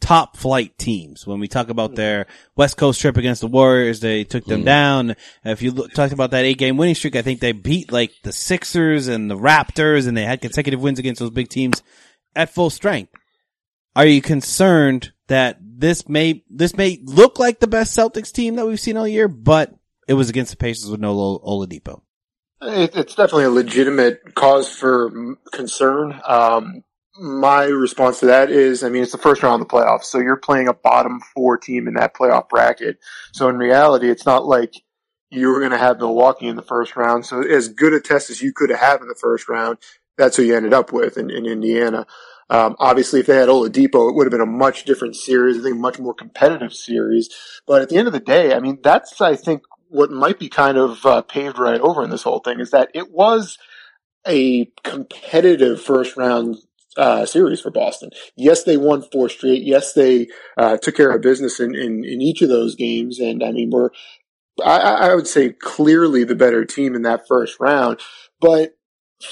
[SPEAKER 4] top flight teams. When we talk about their West Coast trip against the Warriors, they took them down. If you look, talked about that eight game winning streak, I think they beat like the Sixers and the Raptors, and they had consecutive wins against those big teams at full strength. Are you concerned that this may this may look like the best Celtics team that we've seen all year, but it was against the Pacers with no Lo- Oladipo?
[SPEAKER 5] It, it's definitely a legitimate cause for mm, concern. Um, my response to that is, I mean, it's the first round of the playoffs, so you're playing a bottom four team in that playoff bracket. So in reality, it's not like you were going to have Milwaukee in the first round. So as good a test as you could have had in the first round, that's who you ended up with in, in Indiana. Um, obviously, if they had Oladipo, it would have been a much different series. I think a much more competitive series. But at the end of the day, I mean, that's I think what might be kind of uh, paved right over in this whole thing is that it was a competitive first round uh, series for Boston. Yes, they won four straight. Yes, they uh, took care of business in, in, in each of those games. And I mean, we're, I, I I would say clearly the better team in that first round. But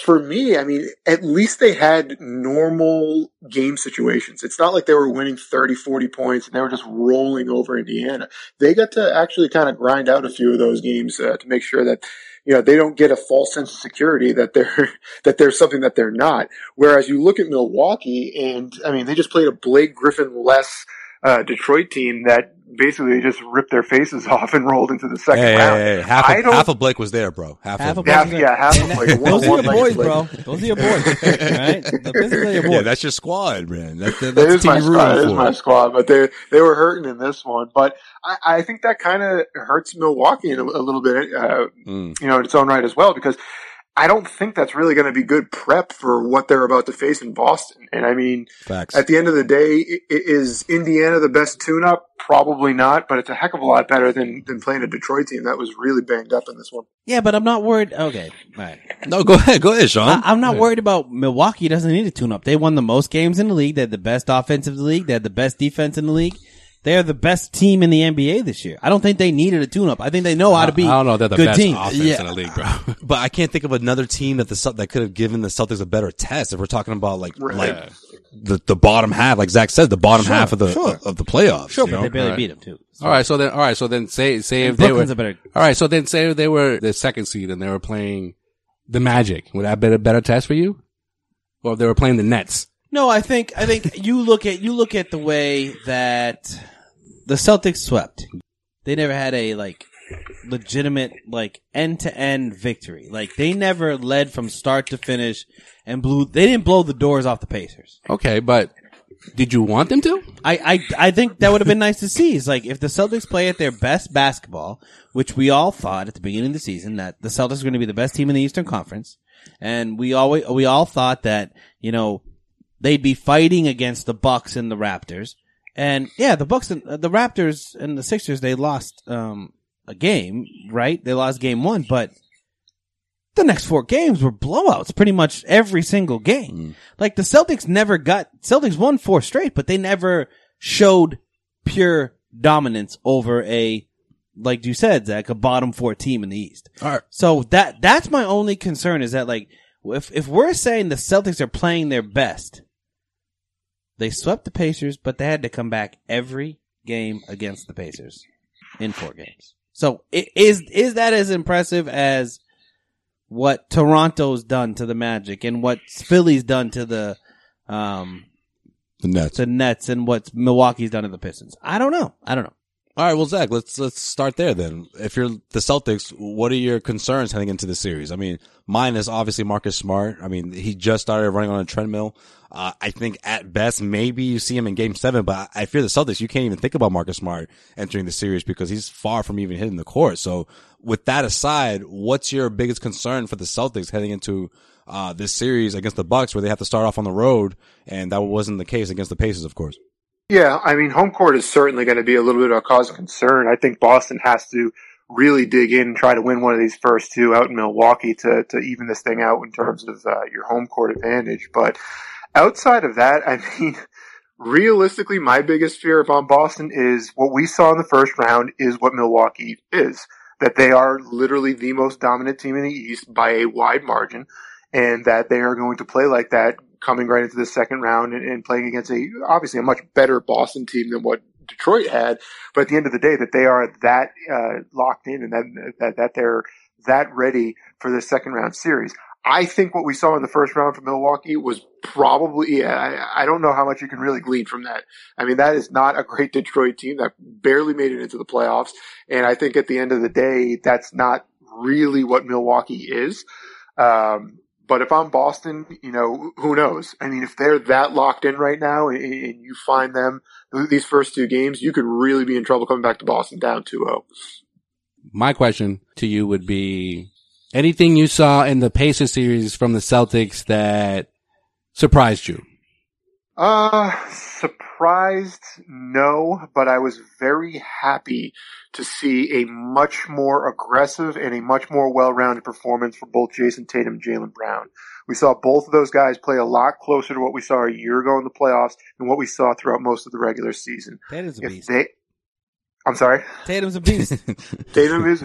[SPEAKER 5] for me, I mean, at least they had normal game situations. It's not like they were winning 30, 40 points and they were just rolling over Indiana. They got to actually kind of grind out a few of those games uh, to make sure that, you know, they don't get a false sense of security that they're, that they're something that they're not. Whereas you look at Milwaukee and, I mean, they just played a Blake Griffin less, uh, Detroit team that basically just ripped their faces off and rolled into the
[SPEAKER 2] Hey,
[SPEAKER 5] second
[SPEAKER 2] hey,
[SPEAKER 5] round.
[SPEAKER 2] hey, hey, half
[SPEAKER 5] I
[SPEAKER 2] of,
[SPEAKER 5] don't-
[SPEAKER 2] half of Blake was there, bro. Half,
[SPEAKER 4] Half
[SPEAKER 2] of
[SPEAKER 4] of
[SPEAKER 2] Blake.
[SPEAKER 5] Half, yeah, half of like one,
[SPEAKER 4] Those are your
[SPEAKER 5] one
[SPEAKER 4] boys,
[SPEAKER 5] like-
[SPEAKER 4] bro. Those are your boys, right? Those are your
[SPEAKER 2] Yeah,
[SPEAKER 4] boys.
[SPEAKER 2] that's your squad, man. That, that, that's
[SPEAKER 5] That
[SPEAKER 2] the
[SPEAKER 5] is
[SPEAKER 2] team
[SPEAKER 5] my
[SPEAKER 2] you're
[SPEAKER 5] squad. That is
[SPEAKER 2] rooting
[SPEAKER 5] my
[SPEAKER 2] for.
[SPEAKER 5] squad. But they they were hurting in this one. But I, I think that kind of hurts Milwaukee in a, a little bit, uh,
[SPEAKER 2] Mm.
[SPEAKER 5] you know, in its own right as well because. I don't think that's really going to be good prep for what they're about to face in Boston. And I mean,
[SPEAKER 2] Facts.
[SPEAKER 5] at the end of the day, i- i- is Indiana the best tune-up? Probably not, but it's a heck of a lot better than than playing a Detroit team that was really banged up in this one.
[SPEAKER 4] Yeah, but I'm not worried. Okay, all right.
[SPEAKER 2] no, go ahead, go ahead, Sean.
[SPEAKER 4] I, I'm not worried about Milwaukee. Doesn't need a tune up. They won the most games in the league. They had the best offense of the league. They had the best defense in the league. They are the best team in the NBA this year. I don't think they needed a tune up. I think they know how to be.
[SPEAKER 3] I don't know if they're the
[SPEAKER 4] good
[SPEAKER 3] best
[SPEAKER 4] team.
[SPEAKER 3] offense
[SPEAKER 2] Yeah.
[SPEAKER 3] in the league, bro.
[SPEAKER 2] but I can't think of another team that the Celt- that could have given the Celtics a better test. If we're talking about like like the, the bottom half, like Zach said, the bottom half of the of the playoffs.
[SPEAKER 4] Sure,
[SPEAKER 2] you
[SPEAKER 4] but
[SPEAKER 2] know?
[SPEAKER 4] they barely
[SPEAKER 3] Right.
[SPEAKER 4] beat them too.
[SPEAKER 3] all right, so then all right, so then say say if
[SPEAKER 4] And
[SPEAKER 3] they were
[SPEAKER 4] Brooklyn's a better-
[SPEAKER 3] all right, so then say if they were the second seed and they were playing the Magic. Would that be a better test for you? Or if they were playing the Nets?
[SPEAKER 4] No, I think I think you look at you look at the way that the Celtics swept. They never had a like legitimate like end to end victory. Like they never led from start to finish and blew they didn't blow the doors off the Pacers.
[SPEAKER 3] Okay, but did you want them to?
[SPEAKER 4] I, I, I think that would have been nice to see. It's like if the Celtics play at their best basketball, which we all thought at the beginning of the season that the Celtics were going to be the best team in the Eastern Conference, and we always we all thought that you know they'd be fighting against the Bucks and the Raptors, and yeah, the Bucks and uh, the Raptors and the Sixers they lost um a game, right? They lost game one, but the next four games were blowouts pretty much every single game. Like the Celtics never got Celtics won four straight, but they never showed pure dominance over a like you said, Zach, a bottom four team in the East.
[SPEAKER 2] All right.
[SPEAKER 4] So that that's my only concern is that like if if we're saying the Celtics are playing their best, they swept the Pacers, but they had to come back every game against the Pacers in four games. So i- is is that as impressive as what Toronto's done to the Magic and what Philly's done to the um
[SPEAKER 2] The Nets.
[SPEAKER 4] to Nets and what Milwaukee's done to the Pistons? I don't know. I don't know.
[SPEAKER 2] All right, well, Zach, let's let's start there then. If you're the Celtics, what are your concerns heading into the series? I mean, mine is obviously Marcus Smart. I mean, he just started running on a treadmill. Uh, I think at best maybe you see him in Game Seven, but I I fear the Celtics. You can't even think about Marcus Smart entering the series because he's far from even hitting the court. So, with that aside, what's your biggest concern for the Celtics heading into uh, this series against the Bucks, where they have to start off on the road, and that wasn't the case against the Pacers, of course.
[SPEAKER 5] Yeah, I mean, home court is certainly going to be a little bit of a cause of concern. I think Boston has to really dig in and try to win one of these first two out in Milwaukee to, to even this thing out in terms of uh, your home court advantage. But outside of that, I mean, realistically, my biggest fear about Boston is what we saw in the first round is what Milwaukee is. That they are literally the most dominant team in the East by a wide margin, and that they are going to play like that coming right into the second round and, and playing against a obviously a much better Boston team than what Detroit had. But at the end of the day, that they are that uh, locked in and that, that that they're that ready for the second round series. I think what we saw in the first round from Milwaukee was probably, yeah, I, I don't know how much you can really glean from that. I mean, that is not a great Detroit team that barely made it into the playoffs. And I think at the end of the day, that's not really what Milwaukee is. Um, but if I'm Boston, you know, who knows? I mean, if they're that locked in right now and, and you find them these first two games, you could really be in trouble coming back to Boston down oh. 2 0.
[SPEAKER 3] my question to you would be anything you saw in the Pacers series from the Celtics that surprised you?
[SPEAKER 5] Uh, surprised, no, but I was very happy to see a much more aggressive and a much more well-rounded performance for both Jason Tatum and Jalen Brown. We saw both of those guys play a lot closer to what we saw a year ago in the playoffs and what we saw throughout most of the regular season.
[SPEAKER 4] Tatum's a
[SPEAKER 5] If
[SPEAKER 4] beast.
[SPEAKER 5] they, I'm sorry.
[SPEAKER 4] Tatum's a beast.
[SPEAKER 5] Tatum is,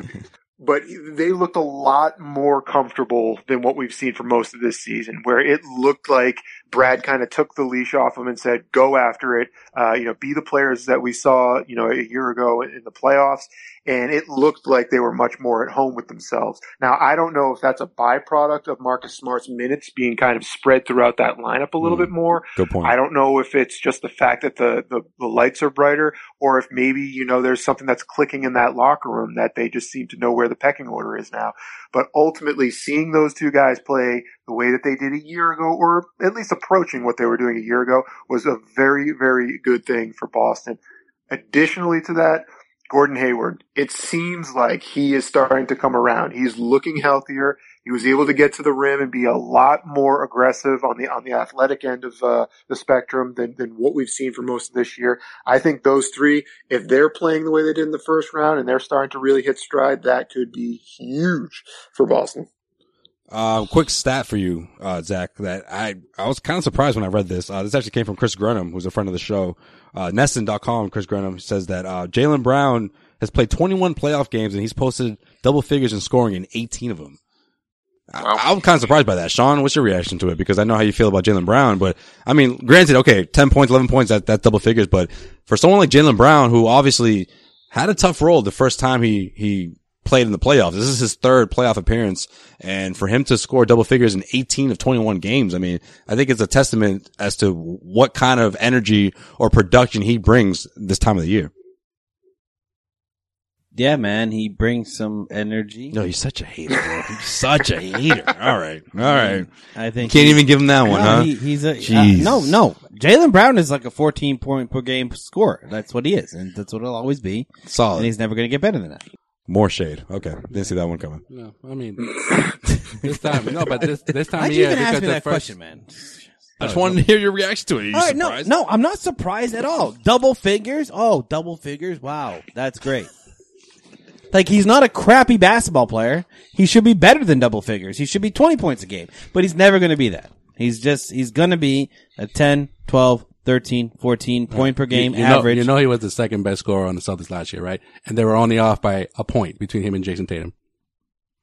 [SPEAKER 5] but they looked a lot more comfortable than what we've seen for most of this season, where it looked like Brad kind of took the leash off him and said, "Go after it." Uh, you know, be the players that we saw, you know, a year ago in the playoffs, and it looked like they were much more at home with themselves. Now, I don't know if that's a byproduct of Marcus Smart's minutes being kind of spread throughout that lineup a little
[SPEAKER 2] Hmm.
[SPEAKER 5] bit more,
[SPEAKER 2] Good point.
[SPEAKER 5] I don't know if it's just the fact that the, the, the lights are brighter or if maybe, you know, there's something that's clicking in that locker room that they just seem to know where the pecking order is now. But ultimately, seeing those two guys play the way that they did a year ago, or at least approaching what they were doing a year ago, was a very, very good thing for Boston. Additionally to that, Gordon Hayward, it seems like he is starting to come around. He's looking healthier. He He was able to get to the rim and be a lot more aggressive on the on the athletic end of uh, the spectrum than than what we've seen for most of this year. I think those three, if they're playing the way they did in the first round and they're starting to really hit stride, that could be huge for Boston.
[SPEAKER 2] Uh, quick stat for you, uh, Zach, that I, I was kind of surprised when I read this. Uh, this actually came from Chris Grenham, who's a friend of the show. Uh, Nesson.com, Chris Grenham says that, uh, Jalen Brown has played 21 playoff games and he's posted double figures in scoring in 18 of them. I, I'm kind of surprised by that. Sean, what's your reaction to it? Because I know how you feel about Jalen Brown, but I mean, granted, okay, 10 points, 11 points, that, that's double figures, but for someone like Jalen Brown, who obviously had a tough role the first time he, he played in the playoffs. This is his third playoff appearance. And for him to score double figures in 18 of 21 games, I mean, I think it's a testament as to what kind of energy or production he brings this time of the year.
[SPEAKER 4] Yeah, man, he brings some energy.
[SPEAKER 2] No, he's such a hater, bro. He's such a hater. All right. All right.
[SPEAKER 4] I
[SPEAKER 2] You
[SPEAKER 4] think
[SPEAKER 2] can't even give him that one,
[SPEAKER 4] No,
[SPEAKER 2] huh?
[SPEAKER 4] he- he's a uh,
[SPEAKER 2] Jeez.
[SPEAKER 4] no, no. Jalen Brown is like a 14 point per game scorer. That's what he is, and that's what he'll always be. And
[SPEAKER 2] Solid.
[SPEAKER 4] he's never going to get better than that.
[SPEAKER 2] More shade. Okay. Didn't see that one coming.
[SPEAKER 3] No, I mean this time. No, but this this time,
[SPEAKER 4] Why'd you
[SPEAKER 3] yeah,
[SPEAKER 4] even
[SPEAKER 3] because
[SPEAKER 4] ask me
[SPEAKER 3] the
[SPEAKER 4] that
[SPEAKER 3] first.
[SPEAKER 4] question, man?
[SPEAKER 2] I just wanted to hear your reaction to it. Are you
[SPEAKER 4] All right, no,
[SPEAKER 2] surprised?
[SPEAKER 4] no, I'm not surprised at all. Double figures? Oh, double figures! Wow, that's great. Like he's not a crappy basketball player. He should be better than double figures. He should be 20 points a game, but he's never going to be that. He's just he's going to be a 10, 12, 13, 14 point per game
[SPEAKER 3] you, you
[SPEAKER 4] average.
[SPEAKER 3] Know, you know he was the second best scorer on the Celtics last year, right? And they were only off by a point between him and Jason Tatum.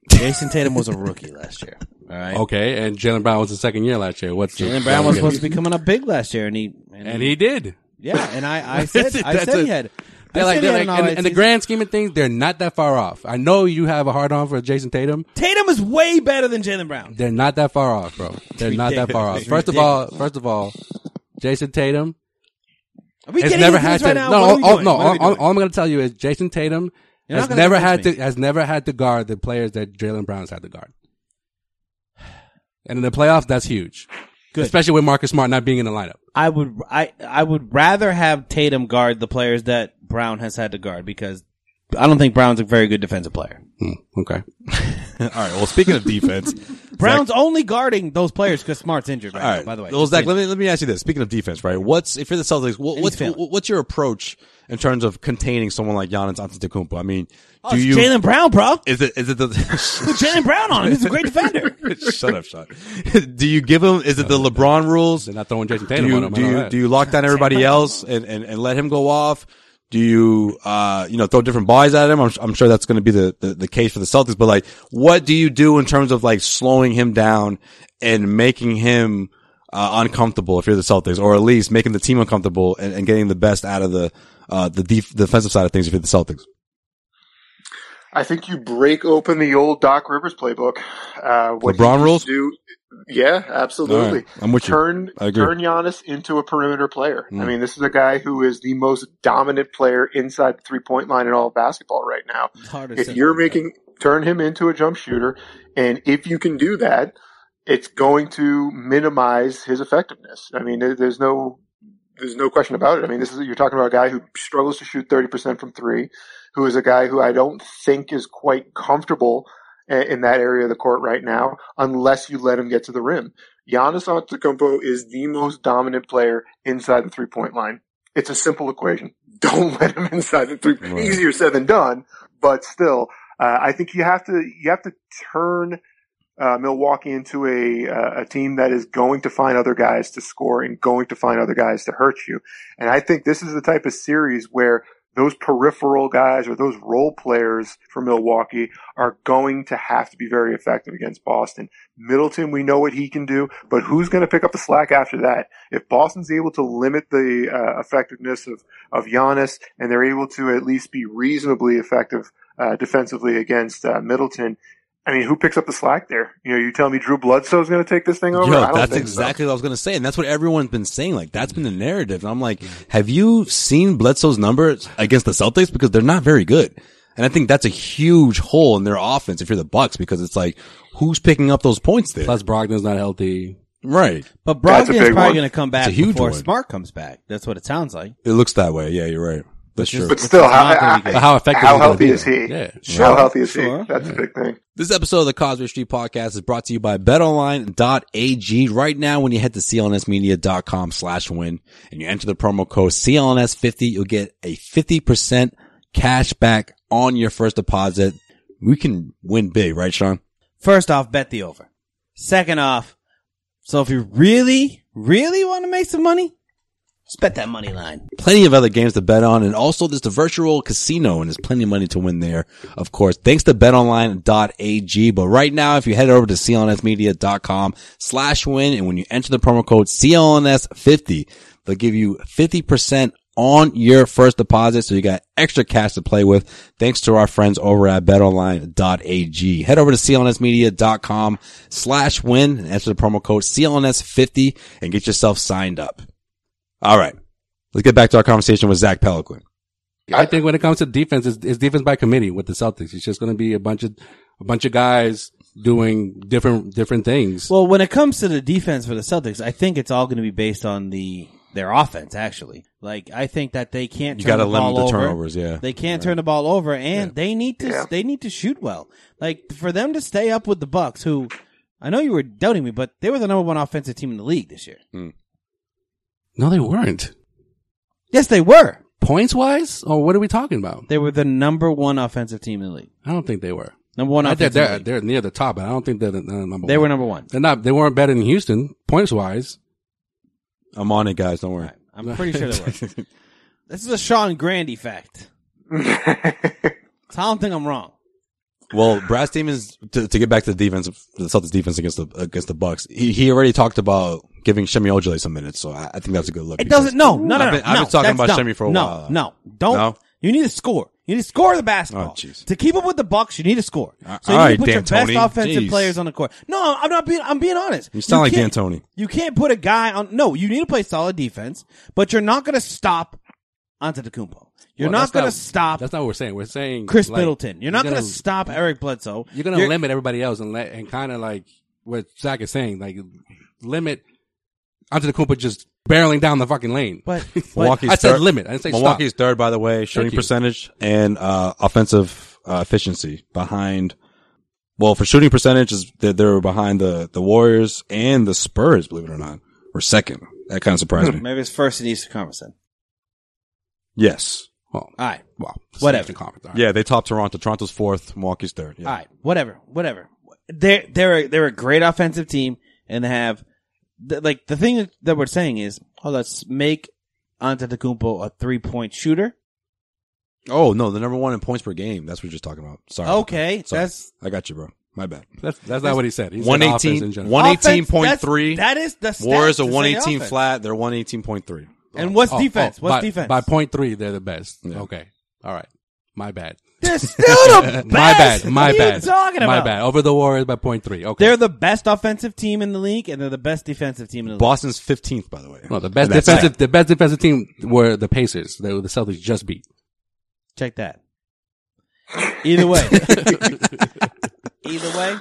[SPEAKER 4] Jason Tatum was a rookie last year. All right.
[SPEAKER 3] Okay, and Jalen Brown was the second year last year. What's
[SPEAKER 4] Jalen Brown was supposed to be coming up big last year, and he and,
[SPEAKER 3] and he did.
[SPEAKER 4] yeah, and I I said I
[SPEAKER 3] That's
[SPEAKER 4] said
[SPEAKER 3] a-
[SPEAKER 4] he had. I
[SPEAKER 3] They're like,
[SPEAKER 4] said he
[SPEAKER 3] they're
[SPEAKER 4] had
[SPEAKER 3] like,
[SPEAKER 4] an
[SPEAKER 3] and,
[SPEAKER 4] alright
[SPEAKER 3] and the
[SPEAKER 4] season.
[SPEAKER 3] grand scheme of things, they're not that far off. I know you have a hard on for Jason Tatum.
[SPEAKER 4] Tatum is way better than Jalen Brown.
[SPEAKER 3] They're not that far off, bro. They're not that far off. First of all, first of all, Jason Tatum
[SPEAKER 4] Are we
[SPEAKER 3] has
[SPEAKER 4] getting
[SPEAKER 3] never
[SPEAKER 4] into
[SPEAKER 3] had
[SPEAKER 4] this
[SPEAKER 3] to.
[SPEAKER 4] right now?
[SPEAKER 3] No,
[SPEAKER 4] What are we
[SPEAKER 3] all-
[SPEAKER 4] doing?
[SPEAKER 3] no.
[SPEAKER 4] What are we
[SPEAKER 3] All, all-
[SPEAKER 4] doing?
[SPEAKER 3] all I'm going to tell you is Jason Tatum
[SPEAKER 4] You're not
[SPEAKER 3] has
[SPEAKER 4] gonna
[SPEAKER 3] never had
[SPEAKER 4] convince
[SPEAKER 3] to
[SPEAKER 4] me.
[SPEAKER 3] has never had to guard the players that Jalen Brown's had to guard. And in the playoffs, that's huge,
[SPEAKER 4] Good.
[SPEAKER 3] especially with Marcus Smart not being in the lineup.
[SPEAKER 4] I would I I would rather have Tatum guard the players that Brown has had to guard because I don't think Brown's a very good defensive player.
[SPEAKER 3] okay.
[SPEAKER 2] All right. Well, speaking of defense,
[SPEAKER 4] Brown's only guarding those players because Smart's injured right,
[SPEAKER 2] All
[SPEAKER 4] now,
[SPEAKER 2] right.
[SPEAKER 4] by the way.
[SPEAKER 2] well, Zach, let me let me ask you this. Speaking of defense, right? What's if you're the Celtics? What, what's
[SPEAKER 4] failing.
[SPEAKER 2] what- what's your approach in terms of containing someone like Giannis Antetokounmpo? I mean, do
[SPEAKER 4] It's
[SPEAKER 2] you
[SPEAKER 4] Jalen Brown, bro.
[SPEAKER 2] is it is it the
[SPEAKER 4] Put Jalen Brown on him. He's a great defender.
[SPEAKER 2] shut up, shot? do you give him? Is it the LeBron rules?
[SPEAKER 3] They're not throwing Jason
[SPEAKER 2] Do
[SPEAKER 3] Tatum on
[SPEAKER 2] you
[SPEAKER 3] him.
[SPEAKER 2] do you, do you lock down everybody else and, and, and let him go off? Do you uh you know throw different bodies at him? I'm, I'm sure that's going to be the, the the case for the Celtics. But like, what do you do in terms of like slowing him down and making him uh, uncomfortable if you're the Celtics, or at least making the team uncomfortable and, and getting the best out of the uh the def- defensive side of things if you're the Celtics?
[SPEAKER 5] I think you break open the old Doc Rivers playbook. Uh, what
[SPEAKER 2] LeBron
[SPEAKER 5] you
[SPEAKER 2] rules?
[SPEAKER 5] Do yeah, absolutely.
[SPEAKER 2] All right, I'm with you.
[SPEAKER 5] Turn
[SPEAKER 2] I agree. Hmm.
[SPEAKER 5] turn Giannis into a perimeter player. I mean, this is a guy who is the most dominant player inside the three point line in all of basketball right now. If you're making turn him into a jump shooter, and if you can do that, it's going to minimize his effectiveness. I mean, there- there's no there's no question about it. I mean, this is you're talking about a guy who struggles to shoot 30% from 3, who is a guy who I don't think is quite comfortable i- in that area of the court right now unless you let him get to the rim. Giannis Antetokounmpo is the most dominant player inside the three-point line. It's a simple equation. Don't let him inside the three. Easier said than done, but still, uh, I think you have to you have to turn uh, Milwaukee into a uh, a team that is going to find other guys to score and going to find other guys to hurt you. And I think this is the type of series where those peripheral guys or those role players for Milwaukee are going to have to be very effective against Boston. Middleton, we know what he can do, but who's going to pick up the slack after that? If Boston's able to limit the uh, effectiveness of of Giannis and they're able to at least be reasonably effective uh, defensively against uh, Middleton. I mean, who picks up the slack there? You know, you tell me Drew Bledsoe's going to take this thing over.
[SPEAKER 2] Yo,
[SPEAKER 5] I don't
[SPEAKER 2] that's
[SPEAKER 5] think so.
[SPEAKER 2] exactly what I was gonna say, and that's what everyone's been saying. Like that's been the narrative. And I'm like,
[SPEAKER 5] Mm.
[SPEAKER 2] have you seen Bledsoe's numbers against the Celtics? Because they're not very good. And I think that's a huge hole in their offense if you're the Bucks, because it's like, who's picking up those points there?
[SPEAKER 3] Plus, Brogdon's not healthy.
[SPEAKER 2] right.
[SPEAKER 4] but
[SPEAKER 5] That's a
[SPEAKER 4] Brogdon's
[SPEAKER 5] big
[SPEAKER 4] probably
[SPEAKER 5] one.
[SPEAKER 4] going to come back
[SPEAKER 2] It's a huge
[SPEAKER 4] before
[SPEAKER 2] one.
[SPEAKER 4] Smart comes back. That's what it sounds like.
[SPEAKER 2] It looks that way. Yeah, you're right. That's true.
[SPEAKER 5] But still, how,
[SPEAKER 2] But how effective
[SPEAKER 5] how
[SPEAKER 2] is it gonna
[SPEAKER 5] healthy
[SPEAKER 2] be?
[SPEAKER 5] is he?
[SPEAKER 2] Yeah.
[SPEAKER 5] How healthy is
[SPEAKER 4] Sure.
[SPEAKER 5] he? That's a big thing.
[SPEAKER 2] This episode of the Causeway Street Podcast is brought to you by BetOnline.ag. Right now, when you head to CLNSmedia.com slash win and you enter the promo code CLNS50, you'll get a 50% cash back on your first deposit. We can win big, right, Sean?
[SPEAKER 4] First off, bet the over. Second off, so if you really, really want to make some money, just bet that money line.
[SPEAKER 2] Plenty of other games to bet on and also there's the virtual casino and there's plenty of money to win there, of course, thanks to betonline.ag. But right now, if you head over to clnsmedia.com slash win and when you enter the promo code CLNS50, they'll give you 50% on your first deposit. So you got extra cash to play with thanks to our friends over at betonline.ag. Head over to clnsmedia.com slash win and enter the promo code CLNS50 and get yourself signed up. All right. Let's get back to our conversation with Zach Pelican.
[SPEAKER 3] I think when it comes to defense, it's, it's defense by committee with the Celtics. It's just going to be a bunch of a bunch of guys doing different different things.
[SPEAKER 4] Well, when it comes to the defense for the Celtics, I think it's all going to be based on the their offense. Actually, like I think that they can't.
[SPEAKER 2] You
[SPEAKER 4] got to
[SPEAKER 2] gotta limit the
[SPEAKER 4] over.
[SPEAKER 2] turnovers, yeah.
[SPEAKER 4] they can't turn the ball over, and they need to
[SPEAKER 5] Yeah.
[SPEAKER 4] they need to shoot well. Like for them to stay up with the Bucks, who I know you were doubting me, but they were the number one offensive team in the league this year.
[SPEAKER 2] Mm.
[SPEAKER 3] no, they weren't.
[SPEAKER 4] Yes, they were.
[SPEAKER 3] Points wise, or what are we talking about?
[SPEAKER 4] They were the number one offensive team in the league.
[SPEAKER 3] I don't think they were.
[SPEAKER 4] Number one
[SPEAKER 3] I think
[SPEAKER 4] offensive.
[SPEAKER 3] they're,
[SPEAKER 4] team.
[SPEAKER 3] they're near the top, but I don't think they're the, they're the number
[SPEAKER 4] they
[SPEAKER 3] one.
[SPEAKER 4] were number one.
[SPEAKER 3] They're not. They weren't better than Houston points wise.
[SPEAKER 2] I'm on it, guys. Don't worry.
[SPEAKER 4] I'm pretty sure they were. this is a Sean Grandy fact. So I don't think I'm wrong.
[SPEAKER 2] Well, Brad Stevens, to, to get back to the defense, the Celtics defense against the against the Bucks, he, he already talked about giving Shemi Ojale some minutes, so I, I think that's a good look.
[SPEAKER 4] It doesn't. No, no, no.
[SPEAKER 2] I've been-
[SPEAKER 4] no,
[SPEAKER 2] I've been
[SPEAKER 4] no,
[SPEAKER 2] talking
[SPEAKER 4] that's
[SPEAKER 2] about
[SPEAKER 4] dumb.
[SPEAKER 2] Shemi for a
[SPEAKER 4] no,
[SPEAKER 2] while.
[SPEAKER 4] No, don't.
[SPEAKER 2] No?
[SPEAKER 4] You need to score. You need to score the basketball.
[SPEAKER 2] Oh, jeez.
[SPEAKER 4] to keep up with the Bucks, you need to score.
[SPEAKER 2] All
[SPEAKER 4] So you
[SPEAKER 2] right,
[SPEAKER 4] need to put your
[SPEAKER 2] D'Antoni.
[SPEAKER 4] best offensive
[SPEAKER 2] Jeez.
[SPEAKER 4] players on the court. No, I'm not being. I'm being honest. You
[SPEAKER 2] sound like
[SPEAKER 4] can't-
[SPEAKER 2] D'Antoni.
[SPEAKER 4] You can't put a guy on. No, you need to play solid defense, but you're not going to stop Antetokounmpo. You're
[SPEAKER 3] Well,
[SPEAKER 4] not
[SPEAKER 3] that's
[SPEAKER 4] going to stop
[SPEAKER 3] That's not what we're saying. We're saying
[SPEAKER 4] Chris
[SPEAKER 3] like,
[SPEAKER 4] Middleton. You're not
[SPEAKER 3] gonna-
[SPEAKER 4] going to stop Eric Bledsoe.
[SPEAKER 3] You're gonna limit everybody else and let and kind of like what Zach is saying, like limit onto the Kumpa just barreling down the fucking lane.
[SPEAKER 4] But, but
[SPEAKER 2] Milwaukee's
[SPEAKER 3] I said
[SPEAKER 2] third,
[SPEAKER 3] limit. I didn't say stop.
[SPEAKER 2] Milwaukee's third, by the way, shooting
[SPEAKER 3] you.
[SPEAKER 2] percentage and uh, offensive uh, efficiency behind. Well, for shooting percentage, is that they were behind the the Warriors and the Spurs. Believe it or not, were second. That kind of surprised me.
[SPEAKER 4] maybe it's first in Eastern Conference. Then.
[SPEAKER 2] Yes.
[SPEAKER 3] Well,
[SPEAKER 4] All right.
[SPEAKER 3] well, it's
[SPEAKER 4] Whatever.
[SPEAKER 3] Eastern Conference, all right.
[SPEAKER 2] Yeah, they topped Toronto. Toronto's fourth. Milwaukee's third. Yeah.
[SPEAKER 4] All right, whatever, whatever. They're they're a, they're a great offensive team, and they have th- like the thing that we're saying is, oh, let's make Antetokounmpo a three point shooter.
[SPEAKER 2] Oh no, the number one in points per game. That's what you're talking about. Sorry. about
[SPEAKER 4] Okay,
[SPEAKER 2] that. Sorry.
[SPEAKER 4] that's-
[SPEAKER 2] I got you, bro. My bad.
[SPEAKER 3] That's that's not what he said. He said offense
[SPEAKER 2] 118,
[SPEAKER 3] in general.
[SPEAKER 2] 118.3
[SPEAKER 4] Offense, that's- that is the stats
[SPEAKER 2] Warriors
[SPEAKER 4] to
[SPEAKER 2] are
[SPEAKER 4] say
[SPEAKER 2] 118
[SPEAKER 4] offense.
[SPEAKER 2] flat. They're 118.3.
[SPEAKER 4] And what's
[SPEAKER 3] Oh,
[SPEAKER 4] defense?
[SPEAKER 3] oh,
[SPEAKER 4] what's
[SPEAKER 3] by,
[SPEAKER 4] defense?
[SPEAKER 3] By point three, they're the best.
[SPEAKER 2] Yeah.
[SPEAKER 3] Okay, all right. My bad.
[SPEAKER 4] they're still the best.
[SPEAKER 3] My bad. My
[SPEAKER 4] what
[SPEAKER 3] bad.
[SPEAKER 4] Are you talking about?
[SPEAKER 3] My bad. Over the Warriors by point three. Okay.
[SPEAKER 4] They're the best offensive team in the league, and they're the best defensive team in the league.
[SPEAKER 2] Boston's 15th, by the way.
[SPEAKER 3] no, the best
[SPEAKER 2] And that's
[SPEAKER 3] defensive.
[SPEAKER 2] it.
[SPEAKER 3] The best defensive team were the Pacers. They were the Celtics just beat.
[SPEAKER 4] Check that. Either way, either way,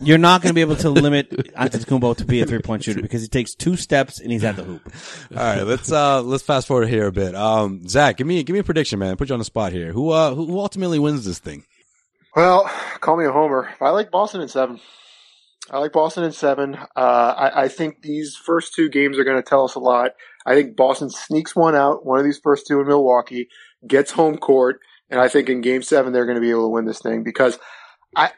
[SPEAKER 4] you're not going to be able to limit Antetokounmpo to be a three point shooter because he takes two steps and he's at the hoop.
[SPEAKER 2] All right, let's uh let's fast forward here a bit. Um, Zach, give me give me a prediction, man. Put you on the spot here. Who uh who who ultimately wins this thing?
[SPEAKER 5] Well, call me a homer. I like Boston in seven. I like Boston in seven. Uh, I, I think these first two games are going to tell us a lot. I think Boston sneaks one out, one of these first two in Milwaukee, gets home court, and I think in game seven they're going to be able to win this thing because I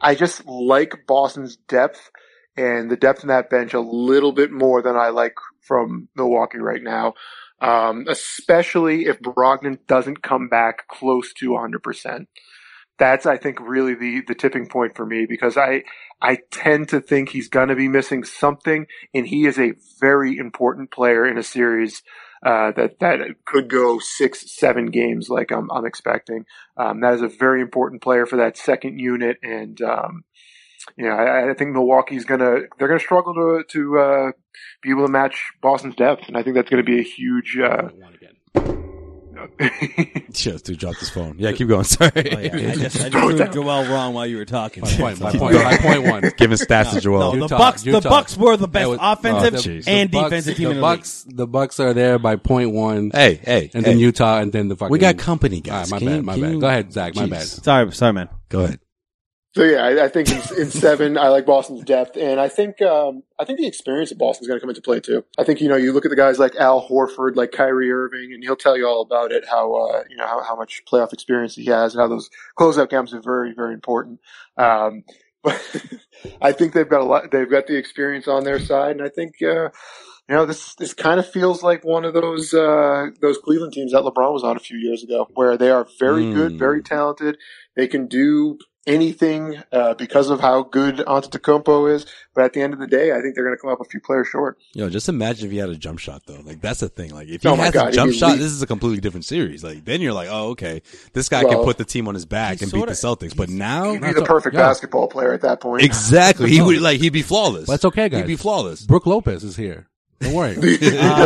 [SPEAKER 5] I just like Boston's depth and the depth in that bench a little bit more than I like from Milwaukee right now. Um, especially if Brogdon doesn't come back close to 100 percent that's I think really the the tipping point for me because I I tend to think he's going to be missing something, and he is a very important player in a series uh, that that could go six seven games like I'm I'm expecting. Um, that is a very important player for that second unit, and um, you know I, I think Milwaukee's gonna they're gonna struggle to to uh, be able to match Boston's depth, and I think that's going to be a huge. Uh,
[SPEAKER 3] One again.
[SPEAKER 2] Just to drop this phone. Yeah, keep going. Sorry.
[SPEAKER 4] Oh, yeah. I just, I just proved Joel wrong while you were talking.
[SPEAKER 3] My point, my point, my point one.
[SPEAKER 2] Giving stats to Joel.
[SPEAKER 4] No, the
[SPEAKER 3] Utah,
[SPEAKER 4] Bucks. The
[SPEAKER 3] Utah.
[SPEAKER 4] Bucks were the best
[SPEAKER 3] That was-
[SPEAKER 4] offensive
[SPEAKER 2] oh,
[SPEAKER 3] The-
[SPEAKER 2] jeez.
[SPEAKER 4] and
[SPEAKER 3] the Bucks-
[SPEAKER 4] defensive team
[SPEAKER 3] the
[SPEAKER 4] in the league.
[SPEAKER 3] Bucks, The Bucks are there by point one.
[SPEAKER 2] Hey, hey,
[SPEAKER 3] and
[SPEAKER 2] hey.
[SPEAKER 3] then Utah, and then the fucking.
[SPEAKER 2] We got company, guys.
[SPEAKER 3] All
[SPEAKER 2] Can
[SPEAKER 3] right,
[SPEAKER 2] you-
[SPEAKER 3] my bad, my
[SPEAKER 2] can
[SPEAKER 3] bad.
[SPEAKER 2] you-
[SPEAKER 3] Go ahead, Zach. My
[SPEAKER 2] Jeez.
[SPEAKER 3] bad.
[SPEAKER 4] Sorry, sorry, man.
[SPEAKER 2] Go ahead.
[SPEAKER 5] So yeah, I, I think in, in seven, I like Boston's depth, and I think um, I think the experience of Boston's going to come into play too. I think you know you look at the guys like Al Horford, like Kyrie Irving, and he'll tell you all about it how uh, you know how, how much playoff experience he has and how those closeout games are very very important. Um, but I think they've got a lot. They've got the experience on their side, and I think uh, you know this this kind of feels like one of those uh, those Cleveland teams that LeBron was on a few years ago, where they are very
[SPEAKER 2] Mm.
[SPEAKER 5] good, very talented. They can do anything uh, because of how good Antetokounmpo is. But at the end of the day, I think they're going to come up a few players short.
[SPEAKER 2] Yo, just imagine if he had a jump shot though. Like that's the thing. Like if he
[SPEAKER 5] Oh my
[SPEAKER 2] has
[SPEAKER 5] God,
[SPEAKER 2] a
[SPEAKER 5] he'd
[SPEAKER 2] jump
[SPEAKER 5] be
[SPEAKER 2] shot,
[SPEAKER 5] elite.
[SPEAKER 2] this is a completely different series. Like then you're like, oh okay, this guy can
[SPEAKER 5] Well,
[SPEAKER 2] put the team on his back and beat the Celtics. But now,
[SPEAKER 5] He'd be the perfect basketball player at that point.
[SPEAKER 2] exactly, he would like he'd be flawless.
[SPEAKER 3] That's okay, guys.
[SPEAKER 2] He'd be flawless.
[SPEAKER 3] Brooke Lopez is here. Don't worry.
[SPEAKER 4] Uh,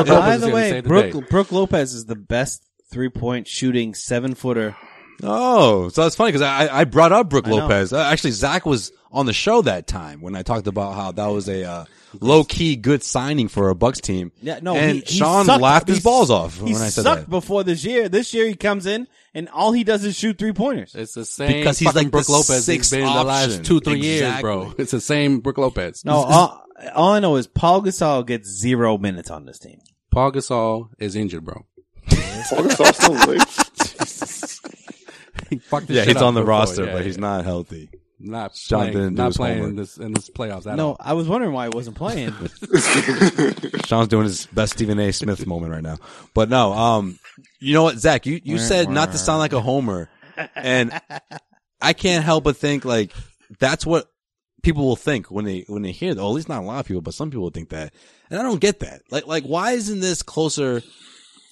[SPEAKER 3] Brooke Lopez
[SPEAKER 4] by
[SPEAKER 3] is
[SPEAKER 4] the
[SPEAKER 3] here to
[SPEAKER 4] way,
[SPEAKER 3] save the day.
[SPEAKER 4] Brooke, Brooke Lopez is the best three point shooting seven footer.
[SPEAKER 2] Oh, so it's funny because I I brought up Brooke
[SPEAKER 4] I know.
[SPEAKER 2] Lopez. Uh, actually, Zach was on the show that time when I talked about how that was a uh, low key good signing for a Bucks team.
[SPEAKER 4] Yeah, no,
[SPEAKER 2] and
[SPEAKER 4] he, he
[SPEAKER 2] Sean
[SPEAKER 4] sucked.
[SPEAKER 2] laughed his
[SPEAKER 4] He
[SPEAKER 2] balls
[SPEAKER 4] s-
[SPEAKER 2] off
[SPEAKER 4] he
[SPEAKER 2] when I said
[SPEAKER 4] sucked
[SPEAKER 2] that.
[SPEAKER 4] before this year. This year he comes in and all he does is shoot three pointers.
[SPEAKER 3] It's the same
[SPEAKER 2] Because he's
[SPEAKER 3] fucking
[SPEAKER 2] like
[SPEAKER 3] Brooke
[SPEAKER 2] the
[SPEAKER 3] Lopez. He's
[SPEAKER 2] sixth
[SPEAKER 3] been in the
[SPEAKER 2] option.
[SPEAKER 3] last two, three years,
[SPEAKER 2] Exactly.
[SPEAKER 3] bro. It's the same Brooke Lopez.
[SPEAKER 4] No, all, all I know is Paul Gasol gets zero minutes on this team.
[SPEAKER 3] Paul Gasol is injured, bro.
[SPEAKER 5] Paul Gasol's still in the league.
[SPEAKER 3] He fucked this
[SPEAKER 2] Yeah,
[SPEAKER 3] shit
[SPEAKER 2] he's
[SPEAKER 3] up
[SPEAKER 2] on the
[SPEAKER 3] before.
[SPEAKER 2] roster,
[SPEAKER 3] Yeah,
[SPEAKER 2] but
[SPEAKER 3] yeah.
[SPEAKER 2] he's not healthy.
[SPEAKER 3] not
[SPEAKER 2] Sean
[SPEAKER 3] playing,
[SPEAKER 2] didn't do
[SPEAKER 3] not
[SPEAKER 2] his
[SPEAKER 3] playing in
[SPEAKER 2] homework.
[SPEAKER 3] this in this playoffs. At
[SPEAKER 4] No,
[SPEAKER 3] all.
[SPEAKER 4] I was wondering why he wasn't playing.
[SPEAKER 2] Sean's doing his best Stephen A. Smith moment right now. But no, um, you know what, Zach, you, you said not to sound like a homer. And I can't help but think like that's what people will think when they, when they hear that. Well, at least not a lot of people, but some people will think that. And I don't get that. Like, like, why isn't this closer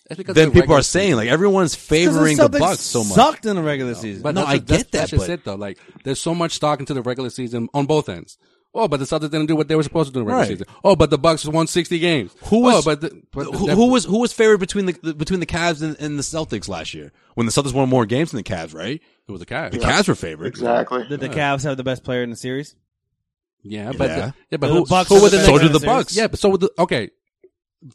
[SPEAKER 3] That's because
[SPEAKER 2] than
[SPEAKER 3] of the
[SPEAKER 2] people are
[SPEAKER 3] regular
[SPEAKER 2] saying?
[SPEAKER 3] season.
[SPEAKER 2] Like everyone's
[SPEAKER 4] 'Cause
[SPEAKER 2] favoring the
[SPEAKER 4] Celtics
[SPEAKER 2] Bucks so much.
[SPEAKER 4] Sucked in the regular season.
[SPEAKER 2] No,
[SPEAKER 3] that's
[SPEAKER 2] I
[SPEAKER 3] ju- that's-
[SPEAKER 2] get that,
[SPEAKER 3] That's just
[SPEAKER 2] but-
[SPEAKER 3] it, though. Like, there's so much stock into the regular season on both ends. Oh, but the Celtics didn't do what they were supposed to do in the regular
[SPEAKER 2] Right.
[SPEAKER 3] season. Oh, but the Bucks won 60 games.
[SPEAKER 2] Who was
[SPEAKER 3] oh, but the, but the-
[SPEAKER 2] who, who was who was favored between the, the between the Cavs and, and the Celtics last year when the Celtics won more games than the Cavs, right?
[SPEAKER 3] It was the Cavs.
[SPEAKER 2] The Cavs were favored.
[SPEAKER 5] exactly.
[SPEAKER 4] Did the Cavs have the best player in the series?
[SPEAKER 3] Yeah, but
[SPEAKER 2] Yeah.
[SPEAKER 3] the- yeah, but
[SPEAKER 4] The
[SPEAKER 3] who,
[SPEAKER 4] Bucks
[SPEAKER 3] who
[SPEAKER 4] are
[SPEAKER 3] were
[SPEAKER 4] the
[SPEAKER 3] the
[SPEAKER 4] best
[SPEAKER 2] so
[SPEAKER 4] in
[SPEAKER 2] did
[SPEAKER 4] the
[SPEAKER 2] the
[SPEAKER 4] series.
[SPEAKER 2] Bucks.
[SPEAKER 3] Yeah, but so with the okay.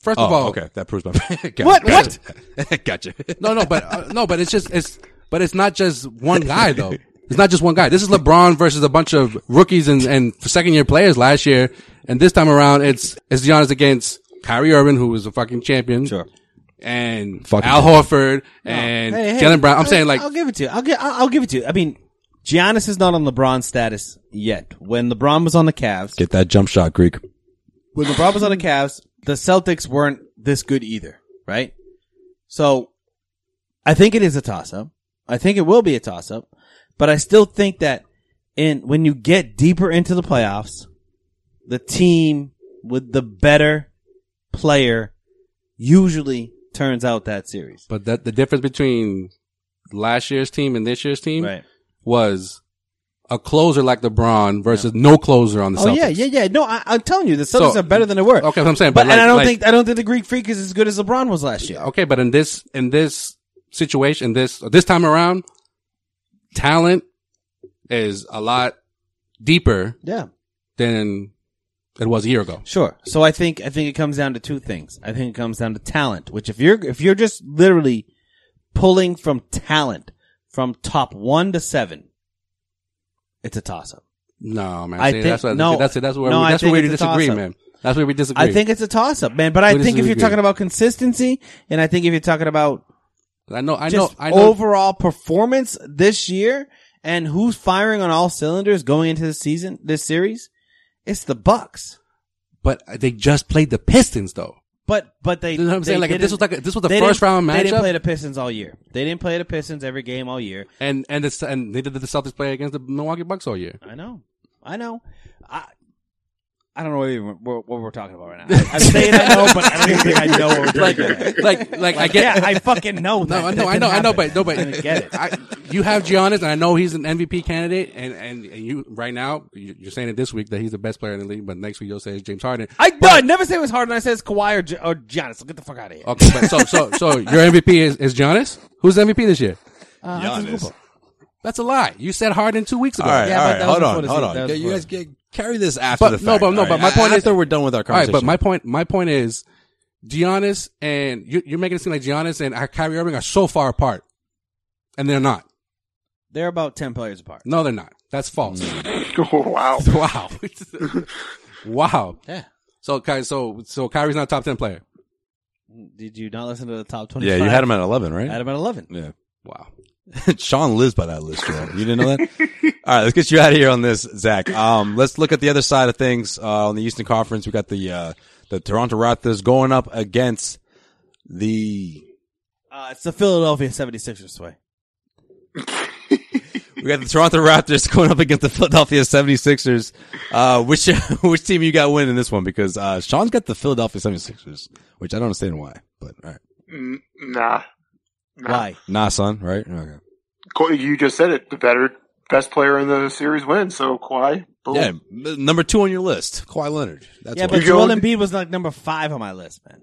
[SPEAKER 3] First of
[SPEAKER 2] oh,
[SPEAKER 3] all,
[SPEAKER 2] okay, that proves my point.
[SPEAKER 4] What?
[SPEAKER 2] Gotcha. gotcha.
[SPEAKER 3] no, no, but uh, no, but it's just it's but it's not just one guy though. It's not just one guy. This is LeBron versus a bunch of rookies and, and second year players last year, and this time around it's it's Giannis against Kyrie Irving, who was a fucking champion,
[SPEAKER 4] Sure.
[SPEAKER 3] and
[SPEAKER 2] Fucking
[SPEAKER 3] Al Horford and
[SPEAKER 4] Hey, hey,
[SPEAKER 3] Jalen Brown. I'm
[SPEAKER 4] I-
[SPEAKER 3] saying like
[SPEAKER 4] I'll give it to you. I'll, gi- I'll, I'll give it to you. I mean, Giannis is not on LeBron status yet. When LeBron was on the Cavs,
[SPEAKER 2] Get that jump shot,
[SPEAKER 4] Uh,
[SPEAKER 2] Greek.
[SPEAKER 4] when LeBron was on the Cavs, the Celtics weren't this good either, right? So I think it is a toss up. I think it will be a toss up, but I still think that in when you get deeper into the playoffs, the team with the better player usually turns out that series.
[SPEAKER 3] But that the difference between last year's team and this year's team
[SPEAKER 4] Right.
[SPEAKER 3] was a closer like LeBron versus no closer on the
[SPEAKER 4] Oh
[SPEAKER 3] Celtics.
[SPEAKER 4] yeah, yeah, yeah. No, I, I'm telling you, the Celtics
[SPEAKER 3] So-
[SPEAKER 4] are better than they were.
[SPEAKER 3] Okay, what I'm saying,
[SPEAKER 4] but,
[SPEAKER 3] but like-
[SPEAKER 4] and I don't
[SPEAKER 3] like-
[SPEAKER 4] think I don't think the Greek Freak is as good as LeBron was last year.
[SPEAKER 3] Okay, but in this in this situation, this this time around, talent is a lot deeper
[SPEAKER 4] Yeah.
[SPEAKER 3] than it was a year ago.
[SPEAKER 4] Sure. So I think I think it comes down to two things. I think it comes down to talent, which if you're if you're just literally pulling from talent from top one to seven, it's a toss up.
[SPEAKER 3] No, man.
[SPEAKER 4] I
[SPEAKER 3] I
[SPEAKER 4] think-
[SPEAKER 3] that's what,
[SPEAKER 4] no,
[SPEAKER 3] that's it. That's where
[SPEAKER 4] no,
[SPEAKER 3] we,
[SPEAKER 4] I
[SPEAKER 3] that's where
[SPEAKER 4] think
[SPEAKER 3] we
[SPEAKER 4] it's a
[SPEAKER 3] disagree,
[SPEAKER 4] toss-up.
[SPEAKER 3] man. That's where we disagree.
[SPEAKER 4] I think it's a toss up, man. But I
[SPEAKER 3] We
[SPEAKER 4] think if you're
[SPEAKER 3] disagree.
[SPEAKER 4] talking about consistency, and I think if you're talking about
[SPEAKER 3] I know. I know.
[SPEAKER 4] just
[SPEAKER 3] I know.
[SPEAKER 4] overall performance this year and who's firing on all cylinders going into the season, this series, it's the Bucks.
[SPEAKER 3] but they just played the Pistons, though.
[SPEAKER 4] But but they
[SPEAKER 3] You know what I'm
[SPEAKER 4] they
[SPEAKER 3] saying? Like if this
[SPEAKER 4] didn't-
[SPEAKER 3] was like a, this was the
[SPEAKER 4] they
[SPEAKER 3] first
[SPEAKER 4] didn't-
[SPEAKER 3] round
[SPEAKER 4] They didn't play
[SPEAKER 3] matchup,
[SPEAKER 4] the Pistons all year. They didn't play the Pistons every game all year.
[SPEAKER 3] and and the, and they did the Celtics play against the Milwaukee Bucks all year.
[SPEAKER 4] I know. I know. I I don't know what, even, what, what we're talking about right now. I- I'm saying I know, but I don't even think I know what we're
[SPEAKER 3] like,
[SPEAKER 4] talking about.
[SPEAKER 3] like, like, I get.
[SPEAKER 4] yeah, I fucking know. That.
[SPEAKER 3] No, I
[SPEAKER 4] That
[SPEAKER 3] know, I
[SPEAKER 4] can
[SPEAKER 3] know, I know,
[SPEAKER 4] happen.
[SPEAKER 3] but no, but
[SPEAKER 4] I get it.
[SPEAKER 3] I, you have Giannis, and I know he's an MVP candidate, and and, and you right now you- you're saying it this week that he's the best player in the league, but next week you'll say it's James Harden.
[SPEAKER 4] I, no, I never say it was hard, and I said it's Kawhi or, Gi- or Giannis. So get the fuck out of here.
[SPEAKER 3] Okay, but so so so your MVP is, is Giannis. Who's the MVP this year?
[SPEAKER 2] Giannis.
[SPEAKER 3] That's a lie. You said Harden two weeks ago.
[SPEAKER 2] All right,
[SPEAKER 4] Yeah,
[SPEAKER 2] all
[SPEAKER 4] but
[SPEAKER 2] right.
[SPEAKER 4] that was
[SPEAKER 2] Hold on,
[SPEAKER 4] before the
[SPEAKER 2] hold
[SPEAKER 4] season.
[SPEAKER 2] on.
[SPEAKER 4] That was
[SPEAKER 2] Yeah, you
[SPEAKER 4] before.
[SPEAKER 2] guys get, carry this after the
[SPEAKER 3] But- no,
[SPEAKER 2] fact.
[SPEAKER 3] but- no,
[SPEAKER 2] All
[SPEAKER 3] but my
[SPEAKER 2] right.
[SPEAKER 3] point is-
[SPEAKER 2] after we're done with our
[SPEAKER 3] All right,
[SPEAKER 2] conversation.
[SPEAKER 3] but my point, my point is, Giannis and you, you're making it seem like Giannis and uh, Kyrie Irving are so far apart, and they're not.
[SPEAKER 4] They're about ten players apart.
[SPEAKER 3] No, they're not. That's false.
[SPEAKER 4] Mm.
[SPEAKER 5] wow.
[SPEAKER 3] wow, wow.
[SPEAKER 4] Yeah.
[SPEAKER 3] So, Ky- so, so Kyrie's not a top ten player.
[SPEAKER 4] Did you not listen to the top twenty?
[SPEAKER 2] yeah, you had him at eleven, right?
[SPEAKER 4] I had him at eleven.
[SPEAKER 2] yeah.
[SPEAKER 3] Wow.
[SPEAKER 2] Sean lives by that list, Joe. You didn't know that? All right, let's get you out of here on this, Zach. Um, let's look at the other side of things. Uh, on the Eastern Conference, we got the, uh, the Toronto Raptors going up against the,
[SPEAKER 4] Uh, it's the Philadelphia 76ers way.
[SPEAKER 2] we got the Toronto Raptors going up against the Philadelphia 76ers. Uh, which, which team you got winning this one? Because, uh, Sean's got the Philadelphia 76ers, which I don't understand why, but all right.
[SPEAKER 5] N- Nah. nah.
[SPEAKER 4] Why?
[SPEAKER 2] Nah, son, right? Okay.
[SPEAKER 5] Kawhi- You just said it. The better, best player in the series wins. So Kawhi. Boom.
[SPEAKER 2] Yeah, m- number two on your list, Kawhi Leonard. That's
[SPEAKER 4] yeah,
[SPEAKER 2] why.
[SPEAKER 4] but
[SPEAKER 5] You go-
[SPEAKER 4] Joel Embiid was like number five on my list, man.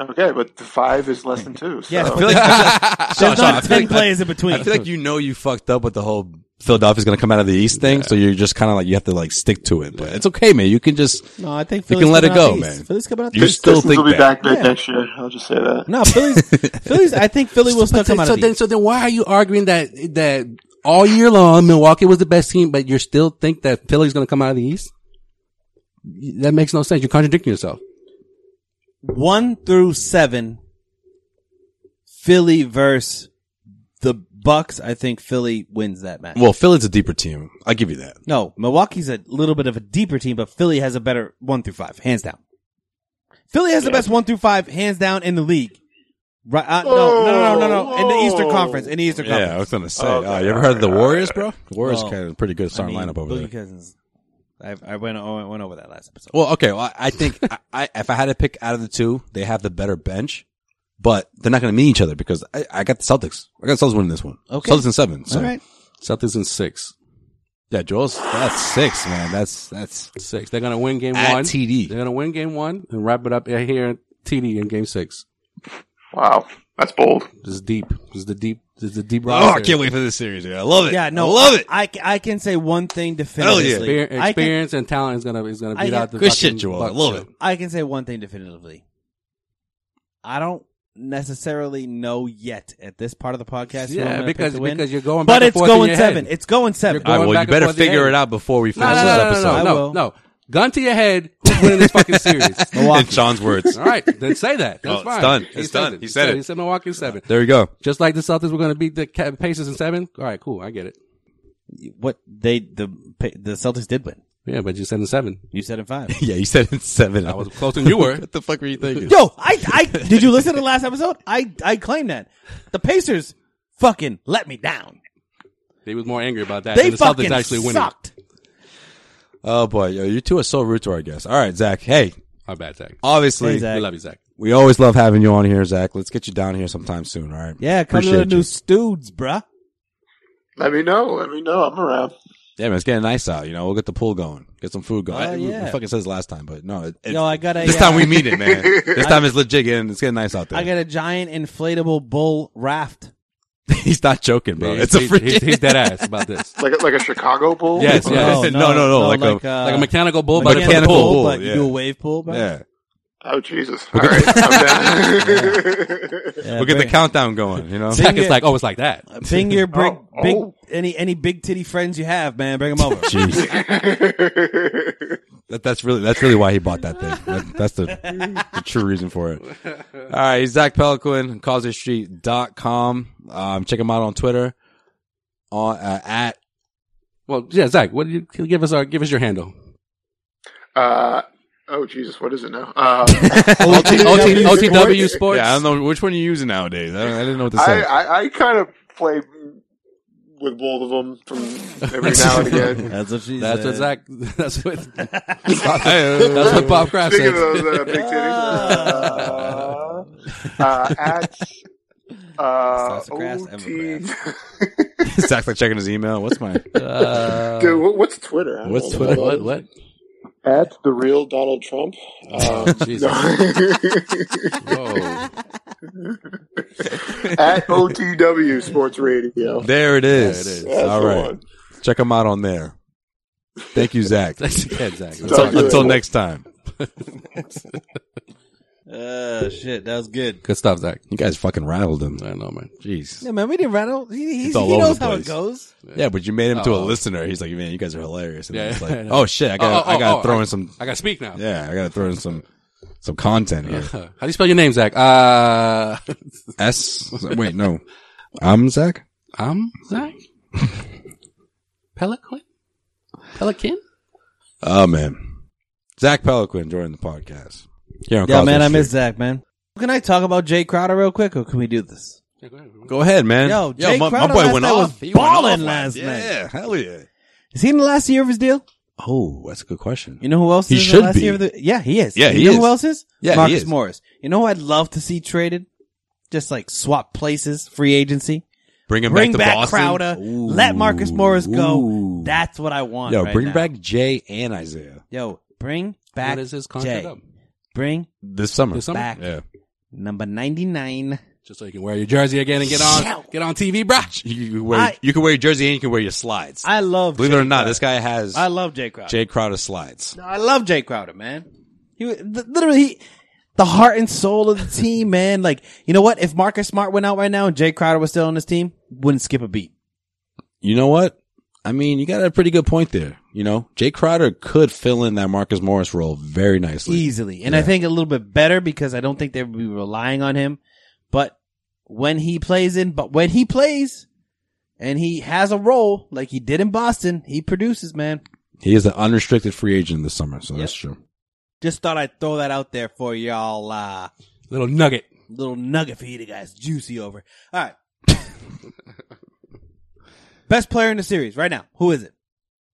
[SPEAKER 5] Okay, but the five is less than two. So.
[SPEAKER 4] Yeah,
[SPEAKER 2] I feel like, Sean,
[SPEAKER 4] There's
[SPEAKER 2] Sean, I
[SPEAKER 4] not
[SPEAKER 2] feel
[SPEAKER 4] ten
[SPEAKER 2] like-
[SPEAKER 4] players in between.
[SPEAKER 2] I feel like you know you fucked up with the whole Philadelphia's going to come out of the East thing, so you're just kind of like you have to like stick to it. But it's okay, man. You can just
[SPEAKER 4] no, I think
[SPEAKER 2] You
[SPEAKER 4] Philly's
[SPEAKER 2] can let
[SPEAKER 4] coming
[SPEAKER 2] it
[SPEAKER 4] out
[SPEAKER 2] go,
[SPEAKER 4] the East.
[SPEAKER 2] man.
[SPEAKER 4] Philly's coming out.
[SPEAKER 2] You
[SPEAKER 4] the
[SPEAKER 5] Pistons
[SPEAKER 4] East.
[SPEAKER 2] still think
[SPEAKER 5] will be
[SPEAKER 2] that.
[SPEAKER 5] back mid next year. I'll just say that.
[SPEAKER 4] No, Philly's. Philly's. I think Philly will still
[SPEAKER 3] But then-
[SPEAKER 4] come out
[SPEAKER 3] so
[SPEAKER 4] of the
[SPEAKER 3] then,
[SPEAKER 4] East.
[SPEAKER 3] so then, why are you arguing that that all year long Milwaukee was the best team, but you still think that Philly's going to come out of the East? That makes no sense. You're contradicting yourself.
[SPEAKER 4] One through seven. Philly versus the Bucks. I think Philly wins that match.
[SPEAKER 2] well, Philly's a deeper team. I give you that.
[SPEAKER 4] No, Milwaukee's a little bit of a deeper team, but Philly has a better one through five, hands down. Philly has the best one through five, hands down in the league. Right? Uh, no, no, no, no, no, no. In the Eastern
[SPEAKER 5] Whoa.
[SPEAKER 4] Conference. In the Eastern
[SPEAKER 2] Yeah, I
[SPEAKER 4] Conference.
[SPEAKER 2] was going to say. oh, you ever heard of the Warriors, bro? The Warriors
[SPEAKER 4] Well,
[SPEAKER 2] kind of pretty good starting
[SPEAKER 4] I mean,
[SPEAKER 2] lineup over
[SPEAKER 4] Boogie
[SPEAKER 2] there.
[SPEAKER 4] Cousins. I, I went, I went over that last episode.
[SPEAKER 2] Well, okay. Well, I think I, I, if I had to pick out of the two, they have the better bench, but they're not going to meet each other because I, I got the Celtics. I got the Celtics winning this one.
[SPEAKER 4] Okay.
[SPEAKER 2] Celtics in seven. So.
[SPEAKER 4] All right.
[SPEAKER 3] Celtics in six,
[SPEAKER 2] Yeah, Joel's that's six, man. That's that's
[SPEAKER 3] six. They're going to win game
[SPEAKER 2] At
[SPEAKER 3] one.
[SPEAKER 2] TD.
[SPEAKER 3] They're going to win game one and wrap it up here in TD in game six.
[SPEAKER 5] Wow, that's bold.
[SPEAKER 3] This is deep. This is the deep. This is the deep.
[SPEAKER 2] Oh, I
[SPEAKER 3] roster.
[SPEAKER 2] can't wait for this series. Yeah, I love it.
[SPEAKER 4] Yeah, no.
[SPEAKER 2] I love it.
[SPEAKER 4] I, ca- I can say one thing definitively.
[SPEAKER 3] Exper-
[SPEAKER 4] I, can,
[SPEAKER 3] Experience and talent is gonna is gonna
[SPEAKER 4] I
[SPEAKER 3] beat
[SPEAKER 4] can-
[SPEAKER 3] out the
[SPEAKER 2] Good
[SPEAKER 3] fucking
[SPEAKER 2] shit, Joel. I
[SPEAKER 3] Bucks,
[SPEAKER 2] love
[SPEAKER 3] Joe.
[SPEAKER 2] it.
[SPEAKER 4] I can say one thing definitively. I don't necessarily know yet at this part of the podcast. who I'm
[SPEAKER 3] Yeah,
[SPEAKER 4] gonna pick
[SPEAKER 3] because
[SPEAKER 4] to win.
[SPEAKER 3] because you're going, back
[SPEAKER 4] but
[SPEAKER 3] and
[SPEAKER 4] it's
[SPEAKER 3] forth in
[SPEAKER 4] going
[SPEAKER 3] your
[SPEAKER 4] seven.
[SPEAKER 3] Head.
[SPEAKER 4] It's going seven.
[SPEAKER 3] You're
[SPEAKER 2] All right,
[SPEAKER 3] going
[SPEAKER 2] well,
[SPEAKER 3] back
[SPEAKER 2] you
[SPEAKER 3] and
[SPEAKER 2] better
[SPEAKER 3] forth in your
[SPEAKER 2] figure
[SPEAKER 3] head.
[SPEAKER 2] it out before we
[SPEAKER 3] No,
[SPEAKER 2] finish
[SPEAKER 3] no,
[SPEAKER 2] this
[SPEAKER 3] no, no,
[SPEAKER 2] episode.
[SPEAKER 3] no,
[SPEAKER 4] I
[SPEAKER 3] no,
[SPEAKER 4] will.
[SPEAKER 3] no. Gun to your head. Who's winning this fucking series?
[SPEAKER 2] In Sean's words.
[SPEAKER 3] All right, then say that. That's
[SPEAKER 2] Oh, it's
[SPEAKER 3] fine.
[SPEAKER 2] done.
[SPEAKER 3] He
[SPEAKER 2] It's
[SPEAKER 3] said
[SPEAKER 2] done.
[SPEAKER 3] it.
[SPEAKER 2] He said it. Uh,
[SPEAKER 3] He said Milwaukee in seven.
[SPEAKER 2] There you go.
[SPEAKER 3] Just like the Celtics were going to beat the Ca- Pacers in seven. All right, cool. I get it.
[SPEAKER 4] what they the the Celtics did win.
[SPEAKER 3] Yeah, but you said in seven.
[SPEAKER 4] You said in five.
[SPEAKER 2] Yeah, you said it's seven.
[SPEAKER 3] I was closer than you were.
[SPEAKER 2] what the fuck were you thinking?
[SPEAKER 4] Yo, I I did you listen to the last episode? I I claim that the Pacers fucking let me down.
[SPEAKER 3] They was more angry about that.
[SPEAKER 4] They
[SPEAKER 3] than the
[SPEAKER 4] fucking
[SPEAKER 3] Celtics actually winning.
[SPEAKER 4] sucked.
[SPEAKER 2] Oh boy, yo, you two are so rude to our guests. All right, Zach. Hey,
[SPEAKER 3] My bad, Zach.
[SPEAKER 2] obviously
[SPEAKER 4] Hey, Zach.
[SPEAKER 3] We love you, Zach.
[SPEAKER 2] we always love having you on here, Zach. Let's get you down here sometime soon. All right.
[SPEAKER 4] Yeah, come to
[SPEAKER 2] Appreciate
[SPEAKER 4] the
[SPEAKER 2] you.
[SPEAKER 4] new Studes, bruh.
[SPEAKER 5] Let me know. Let me know. I'm around.
[SPEAKER 2] Yeah, man, it's getting nice out. You know, we'll get the pool going, get some food going.
[SPEAKER 4] Oh,
[SPEAKER 2] I-
[SPEAKER 4] yeah.
[SPEAKER 2] We fucking said this last time, but no, it, it's,
[SPEAKER 4] Yo, I got a
[SPEAKER 2] this
[SPEAKER 4] uh,
[SPEAKER 2] time we mean it, man. this time it's legit, and it's getting nice out there.
[SPEAKER 4] I got a giant inflatable bull raft.
[SPEAKER 2] he's not joking, bro.
[SPEAKER 3] Yeah,
[SPEAKER 2] it's a
[SPEAKER 3] he's-
[SPEAKER 2] freaking.
[SPEAKER 3] he's, he's dead ass about this.
[SPEAKER 5] Like a, like a Chicago Bull.
[SPEAKER 2] Yes, yes.
[SPEAKER 4] Oh,
[SPEAKER 2] No, no, no, like a-
[SPEAKER 4] uh,
[SPEAKER 3] Like a mechanical bull,
[SPEAKER 2] Like
[SPEAKER 3] but
[SPEAKER 2] a
[SPEAKER 3] for the
[SPEAKER 2] mechanical
[SPEAKER 3] pool.
[SPEAKER 2] bull,
[SPEAKER 4] but you
[SPEAKER 2] yeah.
[SPEAKER 4] do a wave pool, bruh.
[SPEAKER 2] yeah.
[SPEAKER 5] Oh Jesus! All right, I'm down.
[SPEAKER 4] Yeah,
[SPEAKER 2] We'll get the
[SPEAKER 4] bring-
[SPEAKER 2] countdown going, you know?
[SPEAKER 3] Zach is like, oh, it's like that.
[SPEAKER 4] Bring your big,
[SPEAKER 5] Oh, oh.
[SPEAKER 4] big any any big titty friends you have, man. Bring them over.
[SPEAKER 2] Jeez. That, that's really that's really why he bought that thing. That- that's the, the true reason for it. All right, he's Zach Peliquin, causeystreet.com. Um, check him out on Twitter on uh, at
[SPEAKER 3] Well, yeah, Zach. What did you give us? Our give us your handle.
[SPEAKER 5] uh, oh Jesus! What is it now? Uh,
[SPEAKER 3] OT, OTW Sports.
[SPEAKER 2] Yeah, I don't know which one you're using nowadays. I, don't, I didn't know what to
[SPEAKER 5] I,
[SPEAKER 2] say.
[SPEAKER 5] I, I kind of play with both of them from every now and again.
[SPEAKER 4] That's what she
[SPEAKER 2] That's what
[SPEAKER 4] said.
[SPEAKER 2] Zach. That's what. that's what Bob Kraft
[SPEAKER 5] Speaking
[SPEAKER 2] said.
[SPEAKER 5] of those uh, big titties, uh, uh, at uh,
[SPEAKER 4] Slice of grass,
[SPEAKER 5] OT,
[SPEAKER 2] Zach's like checking his email. What's my?
[SPEAKER 5] dude, what- what's Twitter? I don't
[SPEAKER 2] Um, What's
[SPEAKER 5] know
[SPEAKER 2] Twitter?
[SPEAKER 5] that.
[SPEAKER 2] What? What?
[SPEAKER 5] At the real Donald Trump. Um,
[SPEAKER 2] Oh, Jesus. Whoa.
[SPEAKER 5] at OTW Sports Radio.
[SPEAKER 2] There it is.
[SPEAKER 5] That's
[SPEAKER 2] All
[SPEAKER 5] the
[SPEAKER 2] right.
[SPEAKER 5] one.
[SPEAKER 2] Check him out on there. Thank you, Zach.
[SPEAKER 3] yeah, Zach.
[SPEAKER 2] until,
[SPEAKER 5] Sounds good.
[SPEAKER 2] until next time.
[SPEAKER 4] Uh, shit, that was good.
[SPEAKER 3] Good stuff, Zach.
[SPEAKER 2] You guys fucking rattled him.
[SPEAKER 3] I know, man. Jeez.
[SPEAKER 4] Yeah, man, we didn't rattle. He,
[SPEAKER 2] It's all he over knows the how it place.
[SPEAKER 4] goes.
[SPEAKER 2] Yeah, but you made him to a
[SPEAKER 3] Oh.
[SPEAKER 2] listener. He's like, man, you guys are hilarious. And
[SPEAKER 3] Yeah,
[SPEAKER 2] it's
[SPEAKER 3] I
[SPEAKER 2] like,
[SPEAKER 3] know.
[SPEAKER 2] oh shit, I got,
[SPEAKER 3] Oh, oh,
[SPEAKER 2] I got to
[SPEAKER 3] oh,
[SPEAKER 2] throw
[SPEAKER 3] I-
[SPEAKER 2] in some.
[SPEAKER 3] I gotta speak now.
[SPEAKER 2] Yeah, I got to throw in some, some content here.
[SPEAKER 3] How do you spell your name, Zach? Uh,
[SPEAKER 2] S. Wait, no, I'm Zach.
[SPEAKER 3] I'm Zach. Pelican. Pelican.
[SPEAKER 2] Oh man, Zach Peliquin joined the podcast. Here on
[SPEAKER 4] Yeah,
[SPEAKER 2] Cosmic
[SPEAKER 4] man, I
[SPEAKER 2] Street.
[SPEAKER 4] miss Zach, man. Can I talk about Jay Crowder real quick, or can we do this?
[SPEAKER 2] Go ahead, man.
[SPEAKER 4] Yo, Jay Crowder last night was
[SPEAKER 2] He went
[SPEAKER 4] ballin'
[SPEAKER 2] off
[SPEAKER 4] last
[SPEAKER 2] yeah,
[SPEAKER 4] night.
[SPEAKER 2] Yeah, hell yeah.
[SPEAKER 4] Is he in the last year of his deal?
[SPEAKER 2] Oh, that's a good question.
[SPEAKER 4] You know who else
[SPEAKER 2] He
[SPEAKER 4] is in
[SPEAKER 2] should
[SPEAKER 4] the last
[SPEAKER 2] be.
[SPEAKER 4] year of the? Yeah, he is.
[SPEAKER 2] Yeah,
[SPEAKER 4] you
[SPEAKER 2] he
[SPEAKER 4] know
[SPEAKER 2] is.
[SPEAKER 4] who else is?
[SPEAKER 2] Yeah, he
[SPEAKER 4] Marcus
[SPEAKER 2] is.
[SPEAKER 4] Morris. You know who I'd love to see traded? Just like swap places, free agency.
[SPEAKER 2] bring him back
[SPEAKER 4] Bring
[SPEAKER 2] to
[SPEAKER 4] back,
[SPEAKER 2] Boston.
[SPEAKER 4] Crowder.
[SPEAKER 2] Ooh.
[SPEAKER 4] Let Marcus Morris go.
[SPEAKER 2] Ooh.
[SPEAKER 4] That's what I want.
[SPEAKER 2] Yo,
[SPEAKER 4] right
[SPEAKER 2] bring
[SPEAKER 4] now.
[SPEAKER 2] back Jay and Isaiah
[SPEAKER 4] Yo, bring back.
[SPEAKER 3] What is his contract
[SPEAKER 4] Jay.
[SPEAKER 3] up?
[SPEAKER 4] Bring
[SPEAKER 2] this summer.
[SPEAKER 3] This summer?
[SPEAKER 4] back
[SPEAKER 2] Yeah.
[SPEAKER 4] number ninety nine.
[SPEAKER 3] Just so you can wear your jersey again and get on, get on TV, bruh.
[SPEAKER 2] You, you can wear,
[SPEAKER 4] I-
[SPEAKER 2] you can wear your jersey and you can wear your slides.
[SPEAKER 4] I love.
[SPEAKER 2] Believe
[SPEAKER 4] Jay
[SPEAKER 2] it or not,
[SPEAKER 4] Crowder.
[SPEAKER 2] this guy has
[SPEAKER 4] I love Jay Crowder.
[SPEAKER 2] Jay Crowder slides.
[SPEAKER 4] No, I love Jay Crowder, man. He was th- literally he, the heart and soul of the team, man. Like you know what? If Marcus Smart went out right now and Jay Crowder was still on this team, wouldn't skip a beat.
[SPEAKER 2] You know what? I mean, you got a pretty good point there. You know, Jay Crowder could fill in that Marcus Morris role very nicely.
[SPEAKER 4] easily. And I think a little bit better because I don't think they would be relying on him. But when he plays in, but when he plays and he has a role like he did in Boston, he produces, man.
[SPEAKER 2] He is an unrestricted free agent this summer, so that's true.
[SPEAKER 4] Just thought I'd throw that out there for y'all. Uh,
[SPEAKER 3] Little nugget.
[SPEAKER 4] little nugget for you to guys. Juicy over. All right. best player in the series right now. Who is it?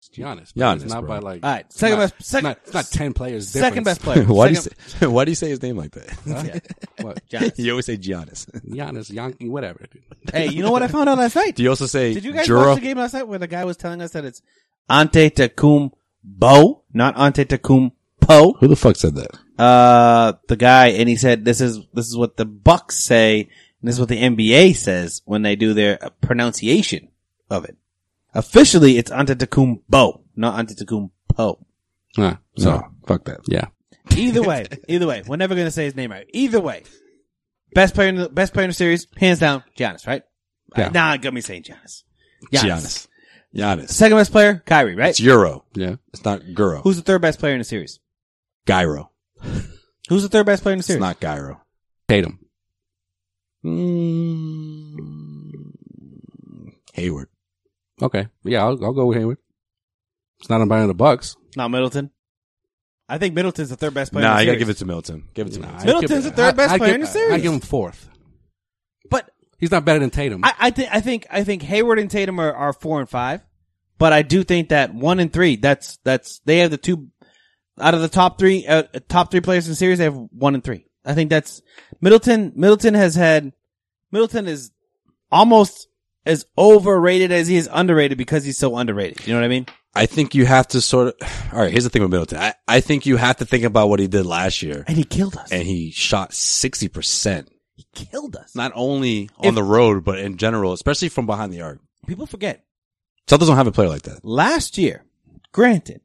[SPEAKER 3] It's Giannis.
[SPEAKER 2] Giannis,
[SPEAKER 3] It's not
[SPEAKER 2] bro.
[SPEAKER 3] by like.
[SPEAKER 4] All right. Second
[SPEAKER 3] not-
[SPEAKER 4] best. Second,
[SPEAKER 3] Not, it's not ten players.
[SPEAKER 4] second
[SPEAKER 3] difference.
[SPEAKER 4] best player.
[SPEAKER 2] why do you
[SPEAKER 4] Second-
[SPEAKER 2] say, why do you say his name like that?
[SPEAKER 3] What?
[SPEAKER 4] Giannis.
[SPEAKER 2] you always say Giannis.
[SPEAKER 3] Giannis, Yankee, whatever.
[SPEAKER 4] Hey, you know what I found out last night?
[SPEAKER 2] Do you also say
[SPEAKER 4] Did you guys
[SPEAKER 2] Jura?
[SPEAKER 4] watch the game last night where the guy was telling us that it's Ante Tacumbo, not Ante Tacumpo?
[SPEAKER 2] Who the fuck said that?
[SPEAKER 4] Uh, the guy, and he said this is this is what the Bucks say, and this is what the NBA says when they do their uh, pronunciation of it. Officially, it's Ante Tacumbo, not Ante Tacumpo.
[SPEAKER 3] Huh.
[SPEAKER 2] So fuck that.
[SPEAKER 3] Yeah.
[SPEAKER 4] Either way, either way, we're never gonna say his name right. Either way, best player in the best player in the series, hands down, Giannis, right?
[SPEAKER 3] Yeah.
[SPEAKER 4] Nah, it got me saying Giannis. Giannis.
[SPEAKER 2] Giannis. Giannis.
[SPEAKER 4] Second best player, Kyrie, right?
[SPEAKER 2] It's Euro.
[SPEAKER 3] Yeah.
[SPEAKER 2] It's not Guro.
[SPEAKER 4] Who's the third best player in the series?
[SPEAKER 2] Gyro?
[SPEAKER 4] Who's the third best player in the
[SPEAKER 2] It's
[SPEAKER 4] series?
[SPEAKER 2] not Gyro.
[SPEAKER 3] Tatum.
[SPEAKER 2] Hayward.
[SPEAKER 3] Okay. Yeah, I'll, I'll go with Hayward. It's not on buying the Bucks.
[SPEAKER 4] Not Middleton. I think Middleton's the third best player.
[SPEAKER 2] Nah,
[SPEAKER 4] in the
[SPEAKER 2] you gotta
[SPEAKER 4] series.
[SPEAKER 2] give it to Milton. Give it to Milton.
[SPEAKER 4] Middleton's the third best player in the series.
[SPEAKER 3] I give him fourth.
[SPEAKER 4] But
[SPEAKER 3] He's not better than Tatum.
[SPEAKER 4] I, I think I think I think Hayward and Tatum are, are four and five, but I do think that one and three. That's that's they have the two out of the top three uh, top three players in the series. They have one and three. I think that's Middleton. Middleton has had Middleton is almost as overrated as he is underrated because he's so underrated. You know what I mean?
[SPEAKER 2] I think you have to sort of. All right, here's the thing with Middleton. I, I think you have to think about what he did last year,
[SPEAKER 4] And he killed us.
[SPEAKER 2] and he shot sixty percent,
[SPEAKER 4] he killed us.
[SPEAKER 2] not only on
[SPEAKER 4] If-
[SPEAKER 2] the road but in general, especially from behind the arc.
[SPEAKER 4] People forget.
[SPEAKER 2] Celtics don't have a player like that.
[SPEAKER 4] last year, granted,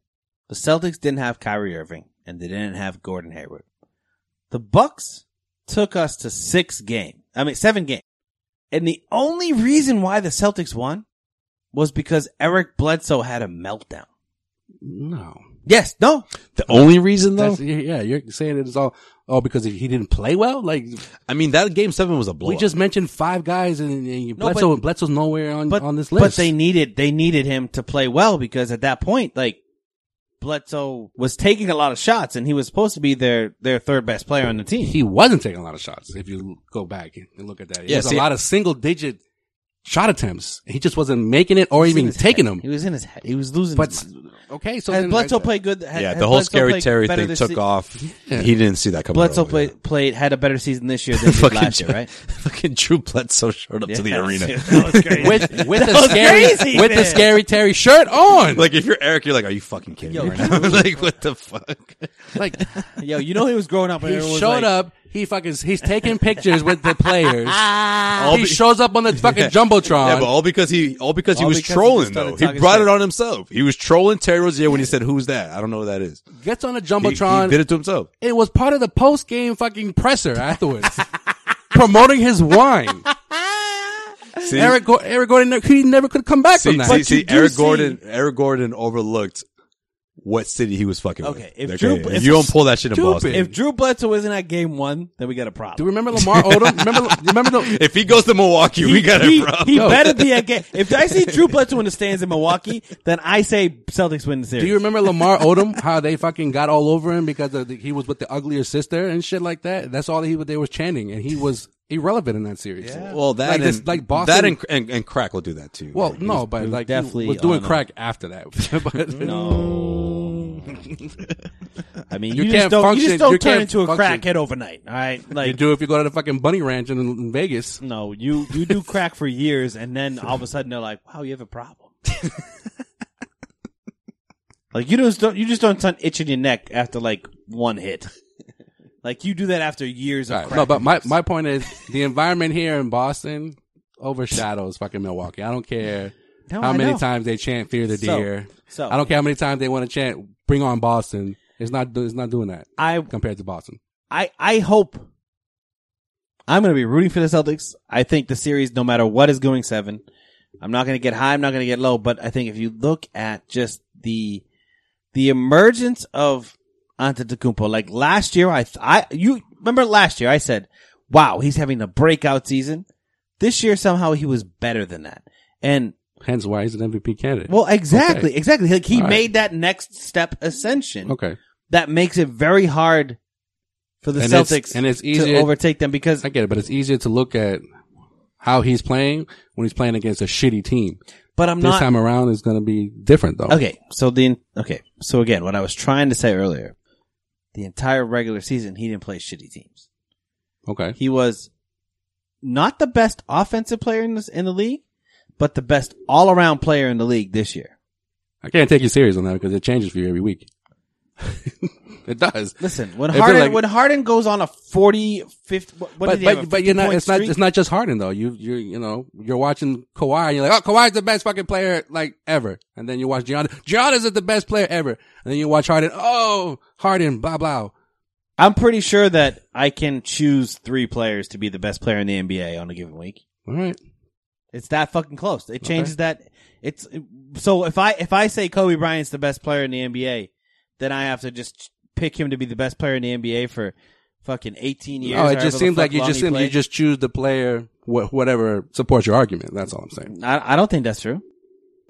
[SPEAKER 4] the Celtics didn't have Kyrie Irving and they didn't have Gordon Hayward. The Bucks took us to six game. I mean, seven game. And the only reason why the Celtics won was because Eric Bledsoe had a meltdown.
[SPEAKER 3] no.
[SPEAKER 4] Yes, no,
[SPEAKER 2] The only reason though,
[SPEAKER 3] That's, yeah, you're saying it's all, oh, because he didn't play well? Like,
[SPEAKER 2] I mean, that game seven was a blow.
[SPEAKER 3] we just mentioned five guys and, and
[SPEAKER 4] No,
[SPEAKER 3] Bledsoe,
[SPEAKER 4] but-
[SPEAKER 3] Bledsoe's nowhere on,
[SPEAKER 4] but
[SPEAKER 3] on this list.
[SPEAKER 4] but they needed they needed him to play well because at that point, like Bledsoe was taking a lot of shots and he was supposed to be their their third best player on the team.
[SPEAKER 3] he wasn't taking a lot of shots. If you go back and look at that, it
[SPEAKER 2] Yeah,
[SPEAKER 3] was
[SPEAKER 2] see-
[SPEAKER 3] a lot of single digit shot attempts. He just wasn't making it or even taking
[SPEAKER 4] He
[SPEAKER 3] them.
[SPEAKER 4] was in his head. He was losing.
[SPEAKER 3] But
[SPEAKER 4] his mind.
[SPEAKER 3] okay, so
[SPEAKER 4] Has
[SPEAKER 3] then-
[SPEAKER 4] Bledsoe played good? Has,
[SPEAKER 2] yeah,
[SPEAKER 4] has
[SPEAKER 2] the whole
[SPEAKER 4] Bledsoe
[SPEAKER 2] scary
[SPEAKER 4] played
[SPEAKER 2] Terry
[SPEAKER 4] better
[SPEAKER 2] thing
[SPEAKER 4] this
[SPEAKER 2] took
[SPEAKER 4] se-
[SPEAKER 2] off. Oh, He didn't see that coming.
[SPEAKER 4] Bledsoe
[SPEAKER 2] at all,
[SPEAKER 4] played, played had a better season this year than he did last year, right?
[SPEAKER 2] Fucking Drew Bledsoe showed up to the
[SPEAKER 4] Yeah.
[SPEAKER 2] arena.
[SPEAKER 4] that was crazy.
[SPEAKER 3] with with
[SPEAKER 4] That
[SPEAKER 3] the
[SPEAKER 4] was
[SPEAKER 3] scary
[SPEAKER 4] crazy,
[SPEAKER 3] with the
[SPEAKER 4] man.
[SPEAKER 3] scary Terry shirt on. Like,
[SPEAKER 2] Like if you're Eric, you're like, are you fucking kidding
[SPEAKER 4] Yo,
[SPEAKER 2] me right now? like what the fuck?
[SPEAKER 3] like
[SPEAKER 4] Yo, you know he was growing up. And
[SPEAKER 3] he
[SPEAKER 4] everyone
[SPEAKER 3] showed
[SPEAKER 4] was like,
[SPEAKER 3] up. He fucking he's taking pictures with the players. he
[SPEAKER 2] be-
[SPEAKER 3] shows up on the fucking jumbotron.
[SPEAKER 2] Yeah, but all because he all because he
[SPEAKER 4] All
[SPEAKER 2] was
[SPEAKER 4] because he
[SPEAKER 2] trolling
[SPEAKER 4] just
[SPEAKER 2] though.
[SPEAKER 4] started
[SPEAKER 2] He
[SPEAKER 4] talking
[SPEAKER 2] brought
[SPEAKER 4] shit.
[SPEAKER 2] it on himself. He was trolling Terry Rozier when he said, "Who's that?" I don't know who that is.
[SPEAKER 3] gets on a
[SPEAKER 2] He, he
[SPEAKER 3] jumbotron.
[SPEAKER 2] did it to himself.
[SPEAKER 3] It was part of the post game fucking presser afterwards, promoting his wine.
[SPEAKER 2] See,
[SPEAKER 3] Eric Go- Eric Gordon, he never could come back
[SPEAKER 2] see,
[SPEAKER 3] from that.
[SPEAKER 2] see,
[SPEAKER 3] But
[SPEAKER 2] see,
[SPEAKER 3] you do
[SPEAKER 2] Eric
[SPEAKER 3] see-
[SPEAKER 2] Gordon, Eric Gordon overlooked what city he was fucking
[SPEAKER 4] Okay, if
[SPEAKER 2] with.
[SPEAKER 4] Drew- if
[SPEAKER 2] you don't pull that shit in
[SPEAKER 3] stupid.
[SPEAKER 2] Boston.
[SPEAKER 4] If Drew Bledsoe isn't at game one, then we got a problem.
[SPEAKER 3] Do you remember Lamar Odom? remember, remember the,
[SPEAKER 2] If he goes to Milwaukee, we got
[SPEAKER 4] he,
[SPEAKER 2] a problem.
[SPEAKER 4] he better be at game. If I see Drew Bledsoe in the stands in Milwaukee, then I say Celtics win the series.
[SPEAKER 3] Do you remember Lamar Odom? How they fucking got all over him because of the, he was with the uglier sister and shit like that. That's all he they was chanting, and he was irrelevant in that series.
[SPEAKER 2] Well, that
[SPEAKER 3] like,
[SPEAKER 2] and,
[SPEAKER 3] this, like Boston.
[SPEAKER 2] that and, and, and crack will do that too.
[SPEAKER 3] well,
[SPEAKER 2] Like,
[SPEAKER 3] no, but like
[SPEAKER 4] definitely
[SPEAKER 3] he was doing
[SPEAKER 4] on a-
[SPEAKER 3] crack after that. But-
[SPEAKER 4] No. I mean,
[SPEAKER 3] You
[SPEAKER 4] you,
[SPEAKER 3] can't
[SPEAKER 4] just don't, you
[SPEAKER 3] function-
[SPEAKER 4] just don't
[SPEAKER 3] you
[SPEAKER 4] turn
[SPEAKER 3] can't
[SPEAKER 4] into a
[SPEAKER 3] function.
[SPEAKER 4] crackhead overnight. All right, like
[SPEAKER 3] you do if you go to the fucking bunny ranch in, in Vegas.
[SPEAKER 4] no, you you do crack for years, and then all of a sudden they're like, "Wow, you have a problem." like you just don't you just don't turn itching your neck after like one hit. Like you do that after years of
[SPEAKER 3] Right.
[SPEAKER 4] crack.
[SPEAKER 3] No, but my
[SPEAKER 4] abuse.
[SPEAKER 3] my point is the environment here in Boston overshadows fucking Milwaukee. I don't care
[SPEAKER 4] No,
[SPEAKER 3] how
[SPEAKER 4] I
[SPEAKER 3] many
[SPEAKER 4] know.
[SPEAKER 3] times they chant "Fear the
[SPEAKER 4] So-
[SPEAKER 3] Deer."
[SPEAKER 4] so-
[SPEAKER 3] I don't care how many times they want to chant "Bring on Boston." It's not do- it's not doing that
[SPEAKER 4] I
[SPEAKER 3] compared to Boston.
[SPEAKER 4] I I hope I'm going to be rooting for the Celtics. I think the series, no matter what, is going seven. I'm not going to get high. I'm not going to get low. But I think if you look at just the the emergence of Antetokounmpo, like last year, I I you remember last year I said, "Wow, he's having a breakout season." This year, somehow, he was better than that, and
[SPEAKER 3] Hence why he's an MVP candidate.
[SPEAKER 4] well, exactly,
[SPEAKER 3] Okay.
[SPEAKER 4] exactly. Like he
[SPEAKER 3] All right.
[SPEAKER 4] made that next step ascension
[SPEAKER 3] Okay.
[SPEAKER 4] that makes it very hard for the
[SPEAKER 3] And it's-
[SPEAKER 4] Celtics
[SPEAKER 3] and it's
[SPEAKER 4] to
[SPEAKER 3] easier-
[SPEAKER 4] overtake them because
[SPEAKER 3] I get it, but it's easier to look at how he's playing when he's playing against a shitty team.
[SPEAKER 4] but I'm
[SPEAKER 3] this
[SPEAKER 4] not
[SPEAKER 3] time around is going to be different though.
[SPEAKER 4] okay. So the okay. So again, what I was trying to say earlier, the entire regular season he didn't play shitty teams.
[SPEAKER 3] Okay.
[SPEAKER 4] He was not the best offensive player in, this, in the league, but the best all around player in the league this year.
[SPEAKER 3] I can't take you serious on that because it changes for you every week. it does.
[SPEAKER 4] Listen, when
[SPEAKER 3] I feel
[SPEAKER 4] Harden
[SPEAKER 3] like-
[SPEAKER 4] when Harden goes on a 40, 50, what, what
[SPEAKER 3] but
[SPEAKER 4] did he have, a
[SPEAKER 3] but, but you're not.
[SPEAKER 4] 50-point
[SPEAKER 3] It's not.
[SPEAKER 4] streak?
[SPEAKER 3] It's not just Harden though. You you you know you're watching Kawhi and you're like, oh, Kawhi's the best fucking player like ever. And then you watch Giannis. Giannis is the best player ever. And then you watch Harden. Oh, Harden. Blah blah.
[SPEAKER 4] I'm pretty sure that I can choose three players to be the best player in the NBA on a given week.
[SPEAKER 3] All right.
[SPEAKER 4] It's that fucking close. It changes that. It's so if I if I say Kobe Bryant's the best player in the NBA, then I have to just pick him to be the best player in the NBA for fucking eighteen years.
[SPEAKER 3] Oh, it
[SPEAKER 4] however
[SPEAKER 3] just
[SPEAKER 4] the
[SPEAKER 3] seems
[SPEAKER 4] fuck
[SPEAKER 3] like you
[SPEAKER 4] long
[SPEAKER 3] just
[SPEAKER 4] he
[SPEAKER 3] seem, you
[SPEAKER 4] played.
[SPEAKER 3] just choose the player wh- whatever supports your argument. That's all I'm saying.
[SPEAKER 4] I, I don't think that's true.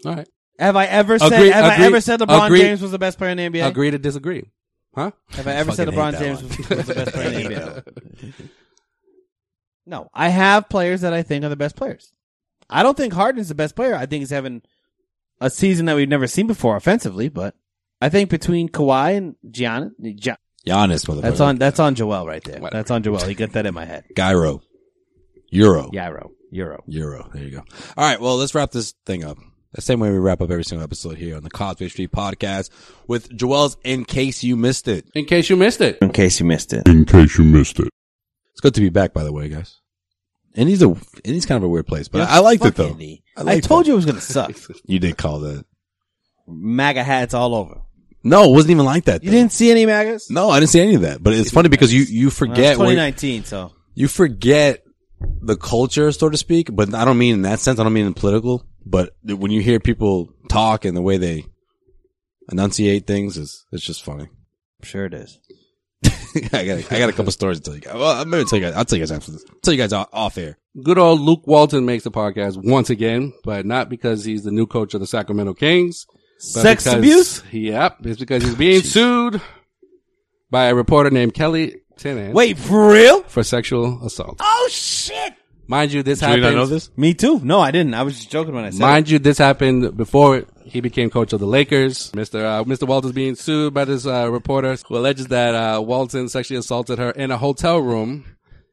[SPEAKER 3] All right.
[SPEAKER 4] Have I ever said
[SPEAKER 3] Agree-
[SPEAKER 4] Have
[SPEAKER 3] agree-
[SPEAKER 4] I ever said LeBron
[SPEAKER 3] agree-
[SPEAKER 4] James was the best player in the NBA?
[SPEAKER 3] Agree to disagree. Huh?
[SPEAKER 4] Have I ever said
[SPEAKER 2] Fucking hate
[SPEAKER 4] LeBron
[SPEAKER 2] that
[SPEAKER 4] James
[SPEAKER 2] one.
[SPEAKER 4] was, was the best player in the NBA? No, I have players that I think are the best players. I don't think Harden's the best player. I think he's having a season that we've never seen before offensively, but I think between Kawhi and Gian, Gian
[SPEAKER 2] Giannis, motherfucker.
[SPEAKER 4] that's on that's on Joel right there.
[SPEAKER 3] Whatever.
[SPEAKER 4] That's on Joel. He got that in my head.
[SPEAKER 2] Gyro, Euro,
[SPEAKER 4] Euro, Euro.
[SPEAKER 2] Euro. There you go. All right. Well, let's wrap this thing up. The same way we wrap up every single episode here on the Cosby Street Podcast with Joel's. In case you missed it,
[SPEAKER 3] In case you missed it.
[SPEAKER 4] In case you missed it,
[SPEAKER 6] In case you missed it.
[SPEAKER 2] it's good to be back. By the way, guys. And he's a and he's kind of a weird place, but I liked it though.
[SPEAKER 4] I,
[SPEAKER 2] liked
[SPEAKER 4] told
[SPEAKER 2] it.
[SPEAKER 4] you it was gonna suck.
[SPEAKER 2] You did call that.
[SPEAKER 4] MAGA hats all over.
[SPEAKER 2] No, it wasn't even like that.
[SPEAKER 4] You
[SPEAKER 2] though.
[SPEAKER 4] didn't see any MAGAs?
[SPEAKER 2] No, I didn't see any of that. But it's funny because you you
[SPEAKER 4] Well,
[SPEAKER 2] forget
[SPEAKER 4] it's
[SPEAKER 2] where,
[SPEAKER 4] 2019. So
[SPEAKER 2] you forget the culture, so to speak. But I don't mean in that sense. I don't mean in political. But when you hear people talk and the way they enunciate things is it's just funny.
[SPEAKER 4] sure it is.
[SPEAKER 2] I got I got a couple stories to tell you guys. Well, maybe tell you guys. I'll tell you guys after this. Tell you guys off, off air.
[SPEAKER 3] Good old Luke Walton makes the podcast once again, but not because he's the new coach of the Sacramento Kings. but
[SPEAKER 4] Sex
[SPEAKER 3] because-
[SPEAKER 4] abuse?
[SPEAKER 3] Yep. It's because
[SPEAKER 2] Oh,
[SPEAKER 3] he's being sued by a reporter named Kelly Tennant
[SPEAKER 4] Wait, for real?
[SPEAKER 3] for sexual assault.
[SPEAKER 4] Oh shit!
[SPEAKER 3] Mind you, this
[SPEAKER 2] Did you
[SPEAKER 3] happened.
[SPEAKER 2] not know this?
[SPEAKER 4] Me too. No, I didn't. I was just joking when I said it.
[SPEAKER 3] Mind you, this happened before he became coach of the Lakers. Mr. Uh, Mr. Walton's being sued by this uh, reporter who alleges that uh, Walton sexually assaulted her in a hotel room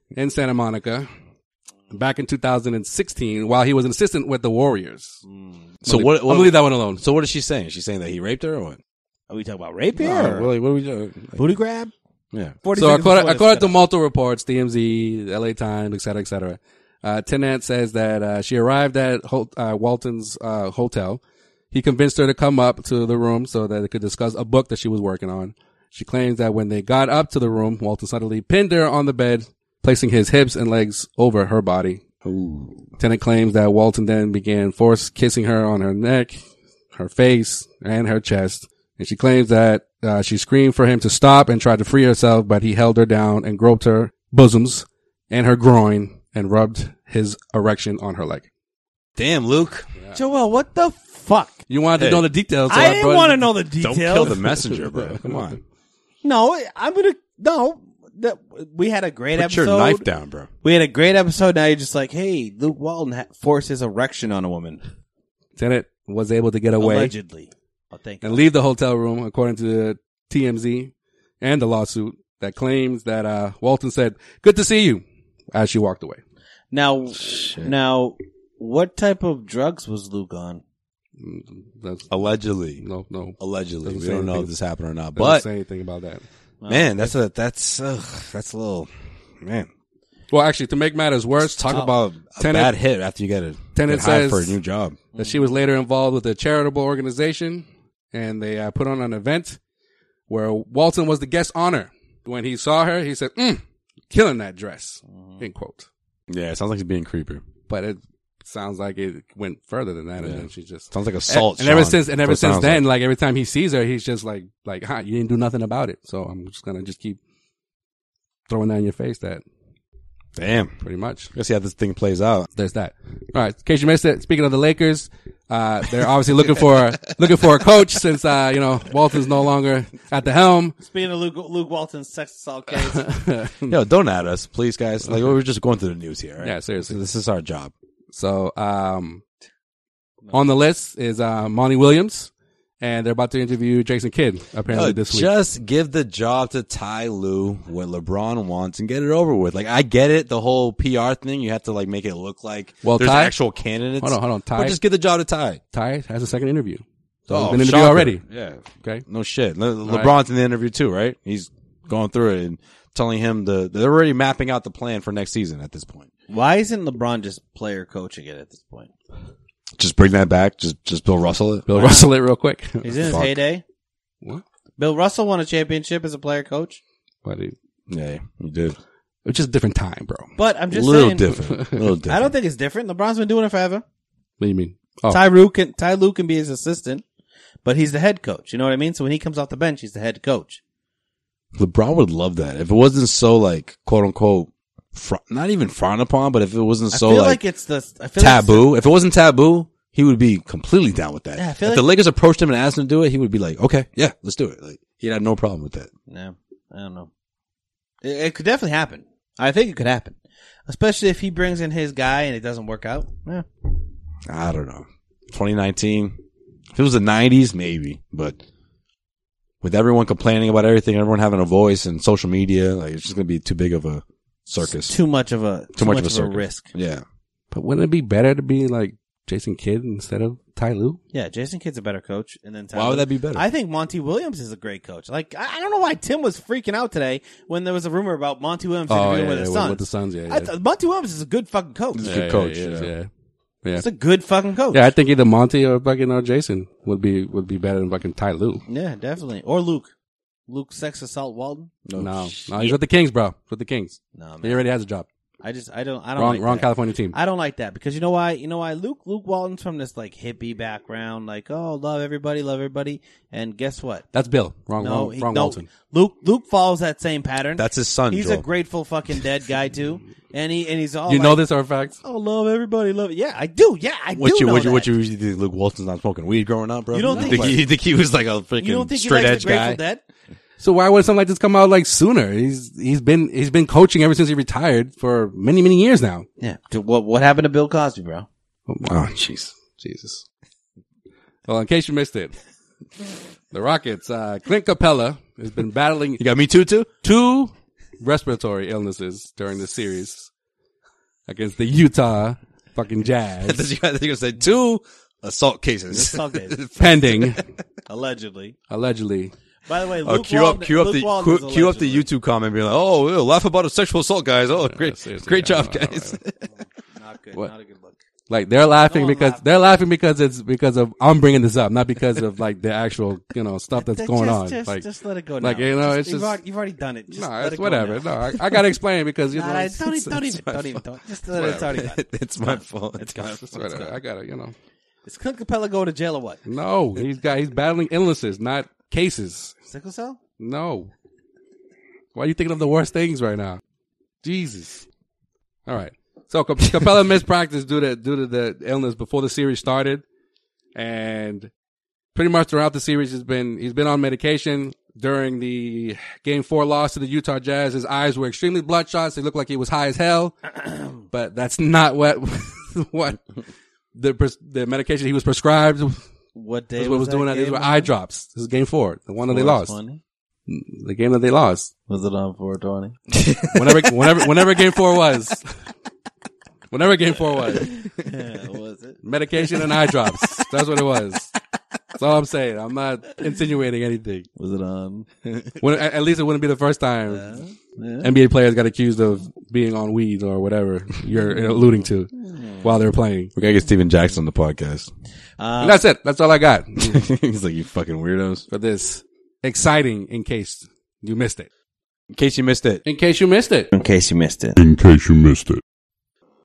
[SPEAKER 3] in Santa Monica back in 2016 while he was an assistant with the Warriors.
[SPEAKER 2] Hmm. So
[SPEAKER 3] Leave-
[SPEAKER 2] what?
[SPEAKER 3] I'm gonna
[SPEAKER 2] what
[SPEAKER 3] leave that one alone.
[SPEAKER 2] so what is she saying? She's saying that he raped her, or what?
[SPEAKER 4] Are we talking about rape here?
[SPEAKER 2] Nah,
[SPEAKER 4] or
[SPEAKER 2] really, what are we doing? Like,
[SPEAKER 4] Booty grab?
[SPEAKER 2] yeah.
[SPEAKER 4] 40
[SPEAKER 3] So
[SPEAKER 4] seconds
[SPEAKER 3] according,
[SPEAKER 4] before this
[SPEAKER 3] according
[SPEAKER 4] shut
[SPEAKER 3] to
[SPEAKER 4] up.
[SPEAKER 3] multiple reports, DMZ, LA Times, et cetera, et cetera, uh, Tenant says that uh, she arrived at Hol- uh, Walton's uh, hotel. He convinced her to come up to the room so that they could discuss a book that she was working on. She claims that when they got up to the room, Walton suddenly pinned her on the bed, placing his hips and legs over her body. Tenant claims that Walton then began force kissing her on her neck, her face, and her chest. And she claims that uh, she screamed for him to stop and tried to free herself, but he held her down and groped her bosoms and her groin and rubbed his erection on her leg.
[SPEAKER 2] Damn, Luke.
[SPEAKER 4] Joel, what the fuck?
[SPEAKER 3] You wanted
[SPEAKER 2] Hey.
[SPEAKER 3] to know the details. so
[SPEAKER 4] I didn't
[SPEAKER 3] brought-
[SPEAKER 4] want to know the
[SPEAKER 2] Don't
[SPEAKER 4] details.
[SPEAKER 2] kill the messenger, bro. Come on.
[SPEAKER 4] No, I'm gonna no. That we had a great
[SPEAKER 2] Put
[SPEAKER 4] episode.
[SPEAKER 2] your knife down, bro.
[SPEAKER 4] We had a great episode. Now you're just like, hey, Luke Walton ha- forced his erection on a woman
[SPEAKER 3] Tenet was able to get away
[SPEAKER 4] allegedly. Oh, thank
[SPEAKER 3] and leave the hotel room, according to TMZ and the lawsuit that claims that uh, Walton said, "Good to see you," as she walked away.
[SPEAKER 4] Now, now, what type of drugs was Luke on?
[SPEAKER 3] That's,
[SPEAKER 2] Allegedly,
[SPEAKER 3] no, no,
[SPEAKER 2] allegedly,
[SPEAKER 3] Doesn't
[SPEAKER 2] we
[SPEAKER 3] say
[SPEAKER 2] don't know
[SPEAKER 3] anything.
[SPEAKER 2] if this happened or not.
[SPEAKER 3] doesn't
[SPEAKER 2] But
[SPEAKER 3] say anything about that.
[SPEAKER 2] man, that's a that's ugh, that's a little man.
[SPEAKER 3] Well, actually, to make matters worse,
[SPEAKER 2] Let's talk about a
[SPEAKER 3] Tenet-
[SPEAKER 2] bad hit after you get a
[SPEAKER 3] Tenet
[SPEAKER 2] get hired
[SPEAKER 3] says-
[SPEAKER 2] for a new job.
[SPEAKER 3] that she was later involved with a charitable organization and they uh, put on an event where Walton was the guest honor. When he saw her, he said, mm, killing that dress, end quote.
[SPEAKER 2] Yeah, it sounds like he's being creepy.
[SPEAKER 3] But it sounds like it went further than that. And then she just.
[SPEAKER 2] Sounds like assault.
[SPEAKER 3] and ever
[SPEAKER 2] Sean,
[SPEAKER 3] since, and
[SPEAKER 2] is
[SPEAKER 3] ever
[SPEAKER 2] what it
[SPEAKER 3] since
[SPEAKER 2] sounds
[SPEAKER 3] then,
[SPEAKER 2] like.
[SPEAKER 3] like. every time he sees her, he's just like, like, huh, you didn't do nothing about it. So I'm just gonna just keep throwing that in your face. That
[SPEAKER 2] damn.
[SPEAKER 3] pretty much.
[SPEAKER 2] Let's see how this thing plays out.
[SPEAKER 3] there's that. All right. In case you missed it, speaking of the Lakers, uh, they're obviously looking for looking for a coach since uh, you know Walton's no longer at the helm.
[SPEAKER 4] Speaking of Luke, Luke Walton's sex assault case,
[SPEAKER 2] Yo, don't at us, please, guys. Like we're just going through the news here. Right?
[SPEAKER 3] Yeah, seriously.
[SPEAKER 2] this is our job.
[SPEAKER 3] So um, on the list is uh, Monty Williams, and they're about to interview Jason Kidd apparently
[SPEAKER 2] Yo,
[SPEAKER 3] this week.
[SPEAKER 2] Oh, just give the job to Ty Lue when LeBron wants and get it over with. Like I get it, the whole PR thing. You have to like make it look like
[SPEAKER 3] Well,
[SPEAKER 2] there's
[SPEAKER 3] Ty-
[SPEAKER 2] actual candidates.
[SPEAKER 3] Hold on, hold on, Ty-
[SPEAKER 2] But just give the job to Ty.
[SPEAKER 3] Ty has a second interview. So
[SPEAKER 2] Oh,
[SPEAKER 3] he's been interviewed
[SPEAKER 2] shocker.
[SPEAKER 3] already.
[SPEAKER 2] Yeah.
[SPEAKER 3] Okay.
[SPEAKER 2] No shit. Le-
[SPEAKER 3] right.
[SPEAKER 2] LeBron's in the interview too, right? He's going through it and telling him the they're already mapping out the plan for next season at this point.
[SPEAKER 4] why isn't LeBron just player coaching it at this point?
[SPEAKER 2] Just bring that back. Just just Bill Russell it.
[SPEAKER 3] Bill Russell it real quick.
[SPEAKER 4] He's in his
[SPEAKER 2] Fuck.
[SPEAKER 4] heyday.
[SPEAKER 3] What?
[SPEAKER 4] Bill Russell won a championship as a player coach,
[SPEAKER 3] But it-
[SPEAKER 2] Yeah, you did.
[SPEAKER 3] it's just a different time, bro.
[SPEAKER 4] but I'm
[SPEAKER 2] A
[SPEAKER 4] just
[SPEAKER 2] little
[SPEAKER 4] saying,
[SPEAKER 2] different. A little different.
[SPEAKER 4] I don't think it's different. LeBron's been doing it forever.
[SPEAKER 3] What do you mean? Oh,
[SPEAKER 4] Ty Lue can Ty Lue can be his assistant, but he's the head coach. You know what I mean? So when he comes off the bench, he's the head coach.
[SPEAKER 2] LeBron would love that if it wasn't so like quote unquote fr- not even frowned upon, but if it wasn't so
[SPEAKER 4] I feel
[SPEAKER 2] like,
[SPEAKER 4] like, it's the I feel like it's
[SPEAKER 2] taboo, if it wasn't taboo, he would be completely down with that.
[SPEAKER 4] Yeah, I
[SPEAKER 2] if
[SPEAKER 4] feel
[SPEAKER 2] the
[SPEAKER 4] like-
[SPEAKER 2] Lakers approached him and asked him to do it, he would be like, okay, yeah, let's do it. Like he'd have no problem with that.
[SPEAKER 4] Yeah, I don't know. It, it could definitely happen. I think it could happen, especially if he brings in his guy and it doesn't work out. Yeah,
[SPEAKER 2] I don't know. 2019. If it was the 90s, maybe, but with everyone complaining about everything, everyone having a voice and social media, like it's just gonna be too big of a circus.
[SPEAKER 4] too much of a too, much, of a,
[SPEAKER 2] circus.
[SPEAKER 4] risk.
[SPEAKER 2] Yeah.
[SPEAKER 3] but wouldn't it be better to be like Jason Kidd instead of Ty Lue?
[SPEAKER 4] Yeah, Jason Kidd's a better coach, and then Ty
[SPEAKER 2] Why would
[SPEAKER 4] Lue-
[SPEAKER 2] that be better?
[SPEAKER 4] I think Monty Williams is a great coach. Like I, I don't know why Tim was freaking out today when there was a rumor about Monty Williams interviewing with his son.
[SPEAKER 3] with the Suns, Oh, yeah, yeah.
[SPEAKER 4] I th- Monty Williams is a good fucking coach.
[SPEAKER 2] He's a
[SPEAKER 3] Yeah,
[SPEAKER 2] good
[SPEAKER 3] yeah,
[SPEAKER 2] coach,
[SPEAKER 3] Yeah,
[SPEAKER 2] yeah.
[SPEAKER 3] yeah.
[SPEAKER 4] He's a good fucking coach.
[SPEAKER 3] Yeah, I think either Monty or fucking or Jason would be would be better than fucking Ty Lue.
[SPEAKER 4] Yeah, definitely. Or Luke. Luke sex assault Walton.
[SPEAKER 3] No, no, he's with the Kings, bro. With the Kings,
[SPEAKER 4] No,
[SPEAKER 3] he
[SPEAKER 4] man.
[SPEAKER 3] already has a job.
[SPEAKER 4] I just I don't I don't
[SPEAKER 3] Wrong,
[SPEAKER 4] like
[SPEAKER 3] wrong
[SPEAKER 4] that.
[SPEAKER 3] California team.
[SPEAKER 4] I don't like that because you know why? You know why? Luke Luke Walton's from this like hippie background, like oh love everybody, love everybody, and guess what?
[SPEAKER 3] That's Bill. Wrong,
[SPEAKER 4] No,
[SPEAKER 3] wrong,
[SPEAKER 4] he,
[SPEAKER 3] wrong
[SPEAKER 4] no
[SPEAKER 3] Walton.
[SPEAKER 4] Luke Luke follows that same pattern.
[SPEAKER 2] That's his son,
[SPEAKER 4] He's
[SPEAKER 2] Joel.
[SPEAKER 4] a grateful fucking dead guy too, and he and he's all
[SPEAKER 3] you know
[SPEAKER 4] like,
[SPEAKER 3] this for a fact.
[SPEAKER 4] Oh, love everybody, love it. Yeah, I do. Yeah, I
[SPEAKER 2] What
[SPEAKER 4] do.
[SPEAKER 2] you,
[SPEAKER 4] know
[SPEAKER 2] what you, what
[SPEAKER 4] that.
[SPEAKER 2] you, you think Luke Walton's not smoking weed growing up, bro?
[SPEAKER 4] You don't think-
[SPEAKER 2] you think he was like a freaking
[SPEAKER 4] You don't think he
[SPEAKER 2] straight
[SPEAKER 4] likes
[SPEAKER 2] edge
[SPEAKER 4] the Grateful
[SPEAKER 2] guy?
[SPEAKER 4] Dead?
[SPEAKER 3] So why would something like this come out like sooner? He's he's been he's been coaching ever since he retired for many many years now.
[SPEAKER 4] Yeah. To- What what happened to Bill Cosby, bro?
[SPEAKER 3] Oh jeez, Jesus. Well, in case you missed it, the Rockets uh, Clint Capella has been battling
[SPEAKER 2] You got me too, too?
[SPEAKER 3] two respiratory illnesses during this series against the Utah fucking
[SPEAKER 2] I thought
[SPEAKER 3] Jazz,
[SPEAKER 2] you were going to say two assault cases.
[SPEAKER 4] Assault cases.
[SPEAKER 3] pending
[SPEAKER 4] Allegedly.
[SPEAKER 3] allegedly.
[SPEAKER 4] By the way,
[SPEAKER 2] Oh, cue up, cue up the, cue, cue up the YouTube comment, being like, "Oh, ew, laugh about a sexual assault, guys! Oh, great,
[SPEAKER 3] seriously,
[SPEAKER 2] great
[SPEAKER 3] yeah,
[SPEAKER 2] job,
[SPEAKER 3] I know,
[SPEAKER 2] guys!"
[SPEAKER 4] Not good.
[SPEAKER 3] What?
[SPEAKER 4] Not a good look.
[SPEAKER 3] Like they're laughing
[SPEAKER 4] No one
[SPEAKER 3] because
[SPEAKER 4] laughed.
[SPEAKER 3] they're laughing because it's because of I'm bringing this up, not because of like the actual you know stuff that's
[SPEAKER 4] Just-
[SPEAKER 3] going
[SPEAKER 4] just,
[SPEAKER 3] on.
[SPEAKER 4] Just,
[SPEAKER 3] like
[SPEAKER 4] just let it go.
[SPEAKER 3] like,
[SPEAKER 4] now.
[SPEAKER 3] you know,
[SPEAKER 4] Just-
[SPEAKER 3] it's
[SPEAKER 4] you've,
[SPEAKER 3] just-
[SPEAKER 4] already, you've already done it. Just
[SPEAKER 3] no,
[SPEAKER 4] let
[SPEAKER 3] it's
[SPEAKER 4] it go
[SPEAKER 3] whatever.
[SPEAKER 4] now.
[SPEAKER 3] No, I, I gotta explain because you
[SPEAKER 4] Nah,
[SPEAKER 3] know
[SPEAKER 4] nah,
[SPEAKER 3] it's,
[SPEAKER 4] don't,
[SPEAKER 3] it's-
[SPEAKER 4] even, don't even,
[SPEAKER 3] it's my
[SPEAKER 4] don't even,
[SPEAKER 3] fault.
[SPEAKER 4] don't. e-, Just let it, it's already done.
[SPEAKER 2] it's my fault. It's my
[SPEAKER 3] It's
[SPEAKER 2] fault.
[SPEAKER 3] whatever. I gotta you know
[SPEAKER 4] Is Clint Capella going to jail or what?
[SPEAKER 3] no he's got he's battling illnesses, not cases.
[SPEAKER 4] Sickle cell?
[SPEAKER 3] No. Why are you thinking of the worst things right now? Jesus. All right. So Cap- Capella missed practice due to due to the illness before the series started, and pretty much throughout the series has been he's been on medication. During the game four loss to the Utah Jazz, his eyes were extremely bloodshot. So he looked like he was high as hell, but that's not what what the pres- the medication he was prescribed was
[SPEAKER 4] What day?
[SPEAKER 3] what was,
[SPEAKER 4] that
[SPEAKER 3] doing. These
[SPEAKER 4] game
[SPEAKER 3] were
[SPEAKER 4] on?
[SPEAKER 3] eye drops. This is game four, the one that they
[SPEAKER 4] Four
[SPEAKER 3] lost,
[SPEAKER 4] twenty?
[SPEAKER 3] the game that they lost
[SPEAKER 4] Was it on 420?
[SPEAKER 3] whenever whenever whenever game four was. Whenever game four was.
[SPEAKER 4] yeah, was it?
[SPEAKER 3] Medication and eye drops. That's what it was. That's all I'm saying. I'm not insinuating anything.
[SPEAKER 4] Was it on?
[SPEAKER 3] When, at, at least it wouldn't be the first time NBA players got accused of being on weed or whatever you're alluding to
[SPEAKER 4] Hmm.
[SPEAKER 3] while they're playing.
[SPEAKER 4] Uh,
[SPEAKER 2] We're gonna get Steven Jackson on the podcast.
[SPEAKER 3] And that's it. That's all I got
[SPEAKER 2] He's like, "You fucking weirdos!"
[SPEAKER 3] for this exciting in case you missed it.
[SPEAKER 2] In case you missed it,
[SPEAKER 3] In case you missed it.
[SPEAKER 4] In case you missed it.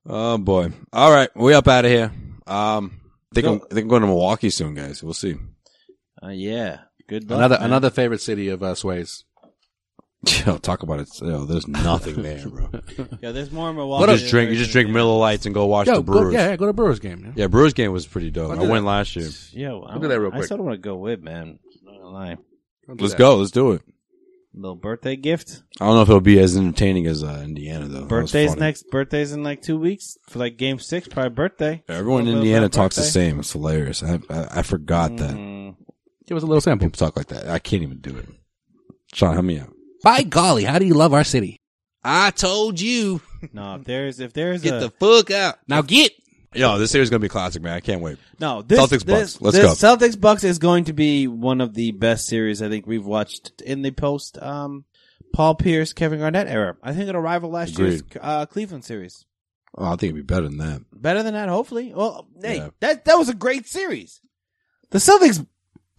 [SPEAKER 2] Oh boy! All right, we up out of here. Um, I think I'm, I think I'm going to Milwaukee soon, guys. We'll see.
[SPEAKER 4] Uh, yeah. Good luck.
[SPEAKER 3] Another
[SPEAKER 4] man.
[SPEAKER 3] another favorite city of uh, Sway's.
[SPEAKER 2] Yo, talk about it. Yo, there's nothing there, bro.
[SPEAKER 4] Yeah, there's more in
[SPEAKER 2] you
[SPEAKER 4] Milwaukee.
[SPEAKER 2] just drink. You just drink Miller Lights and go watch
[SPEAKER 3] Yo,
[SPEAKER 2] the
[SPEAKER 3] go,
[SPEAKER 2] Brewers.
[SPEAKER 3] yeah,
[SPEAKER 2] yeah.
[SPEAKER 3] yeah, go to Brewers game. man.
[SPEAKER 2] Brewers game was pretty dope.
[SPEAKER 3] I'll
[SPEAKER 2] I
[SPEAKER 3] do that.
[SPEAKER 2] went last year.
[SPEAKER 4] Yo, I,
[SPEAKER 3] Look at that real
[SPEAKER 4] I
[SPEAKER 3] quick.
[SPEAKER 4] sort of want to go with, man. Not gonna lie.
[SPEAKER 3] Don't do
[SPEAKER 2] Let's
[SPEAKER 3] that.
[SPEAKER 2] go. Let's do it.
[SPEAKER 4] Little birthday gift.
[SPEAKER 2] I don't know if it'll be as entertaining as uh, Indiana though. That was
[SPEAKER 4] Birthday's
[SPEAKER 2] funny.
[SPEAKER 4] next. Birthday's in like two weeks for like game six. Probably birthday.
[SPEAKER 2] Everyone in
[SPEAKER 4] Little
[SPEAKER 2] Indiana
[SPEAKER 4] birthday.
[SPEAKER 2] talks the same. It's hilarious. I I, I forgot that
[SPEAKER 4] Mm,
[SPEAKER 3] Give us a little sample.
[SPEAKER 2] people talk like that. I can't even do it. Sean, help me out.
[SPEAKER 3] By golly, how do you love our city?
[SPEAKER 2] I told you.
[SPEAKER 4] no, if there's if there's a
[SPEAKER 2] fuck out.
[SPEAKER 3] Now get.
[SPEAKER 2] Yo, this series is gonna be classic, man. I can't wait.
[SPEAKER 4] no this,
[SPEAKER 2] Celtics,
[SPEAKER 4] this-
[SPEAKER 2] Bucks. Let's
[SPEAKER 4] this Celtics Bucks is going to be one of the best series I think we've watched in the post um Paul Pierce Kevin Garnett era. I think it'll rival last year's
[SPEAKER 2] Agreed.
[SPEAKER 4] uh, Cleveland series.
[SPEAKER 2] Oh, I think it'd be better than that.
[SPEAKER 4] Better than that, hopefully. Well, hey,
[SPEAKER 2] Yeah.
[SPEAKER 4] that that was a great series. The Celtics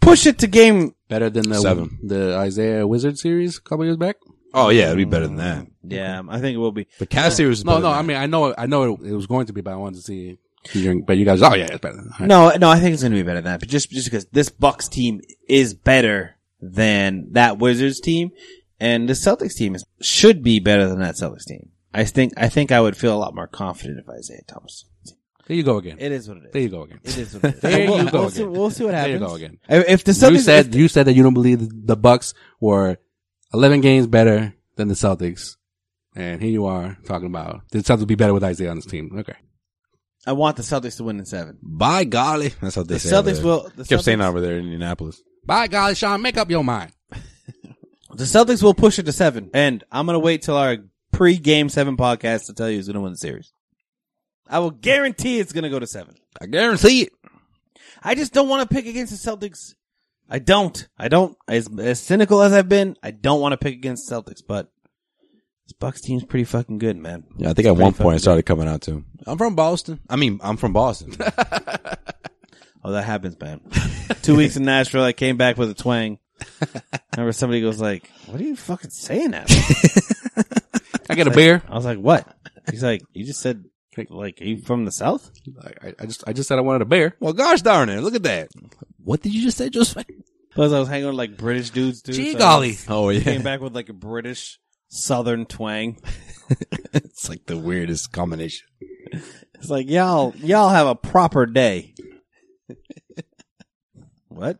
[SPEAKER 4] push it to game.
[SPEAKER 3] Better than the
[SPEAKER 2] Seven.
[SPEAKER 3] the Isaiah Wizard series a couple years back.
[SPEAKER 2] Oh yeah, it'd be better than that.
[SPEAKER 4] Yeah, I think it will be.
[SPEAKER 2] The cast series. Is
[SPEAKER 3] No,
[SPEAKER 2] better
[SPEAKER 3] no,
[SPEAKER 2] than
[SPEAKER 3] I
[SPEAKER 2] that.
[SPEAKER 3] mean I know I know it, it was going to be, but I wanted to see. But you guys, oh yeah, it's better. Than that.
[SPEAKER 4] No, no, I think it's going to be better than that. But just just because this Bucks team is better than that Wizards team, and the Celtics team is, should be better than that Celtics team. I think I think I would feel a lot more confident if Isaiah Thomas.
[SPEAKER 3] There you go again.
[SPEAKER 4] It is what it is.
[SPEAKER 3] there you go again.
[SPEAKER 4] It is what it is.
[SPEAKER 3] There you
[SPEAKER 4] we'll,
[SPEAKER 3] go
[SPEAKER 4] we'll see,
[SPEAKER 3] again.
[SPEAKER 4] we'll see what
[SPEAKER 3] There
[SPEAKER 4] happens.
[SPEAKER 3] you go again.
[SPEAKER 4] If if the Celtics
[SPEAKER 3] You said you said that you don't believe the Bucks were eleven games better than the Celtics, and here you are talking about the Celtics will be better with Isaiah on this team. Okay,
[SPEAKER 4] I want the Celtics to win in seven.
[SPEAKER 2] By golly, that's how they
[SPEAKER 4] The
[SPEAKER 2] say over
[SPEAKER 4] Celtics
[SPEAKER 2] there.
[SPEAKER 4] will. The
[SPEAKER 2] Kept saying
[SPEAKER 4] Celtics-
[SPEAKER 2] that over there in Indianapolis.
[SPEAKER 3] by golly, Sean, make up your mind.
[SPEAKER 4] The Celtics will push it to seven, and I'm gonna wait till our pre-game seven podcast to tell you who's gonna win the series. I will guarantee it's gonna go to seven.
[SPEAKER 2] I guarantee it.
[SPEAKER 4] I just don't want to pick against the Celtics. I don't. I don't. As, as cynical as I've been, I don't want to pick against Celtics, but this Bucks team's pretty fucking good, man.
[SPEAKER 2] Yeah, I think at one point I started coming out too. I'm from Boston. I mean, I'm from Boston.
[SPEAKER 4] Oh, that happens, man. Two weeks in Nashville, I came back with a twang. Remember, somebody goes like, "What are you fucking saying that?"
[SPEAKER 3] I get a beer.
[SPEAKER 4] I was like, "What?" He's like, "You just said like are you from the South?"
[SPEAKER 3] I, I- I just I just said I wanted a beer.
[SPEAKER 2] well, gosh darn it! Look at that. What did you just say, Joseph?
[SPEAKER 4] Because I was hanging with like British dudes, dude.
[SPEAKER 3] Gee
[SPEAKER 4] so
[SPEAKER 3] golly.
[SPEAKER 2] Oh
[SPEAKER 4] I came
[SPEAKER 2] yeah,
[SPEAKER 4] back with like a British Southern twang.
[SPEAKER 2] it's like the weirdest combination.
[SPEAKER 4] It's like y'all, y'all have a proper day. what?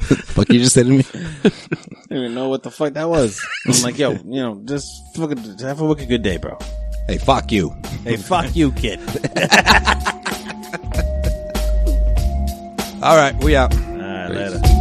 [SPEAKER 2] Fuck you just said to me.
[SPEAKER 4] I didn't know what the fuck that was. I'm like, yo, you know, just fucking have a fucking good day, bro.
[SPEAKER 2] Hey, fuck you.
[SPEAKER 4] Hey, fuck you, kid.
[SPEAKER 2] All right, we out.
[SPEAKER 4] All right, later.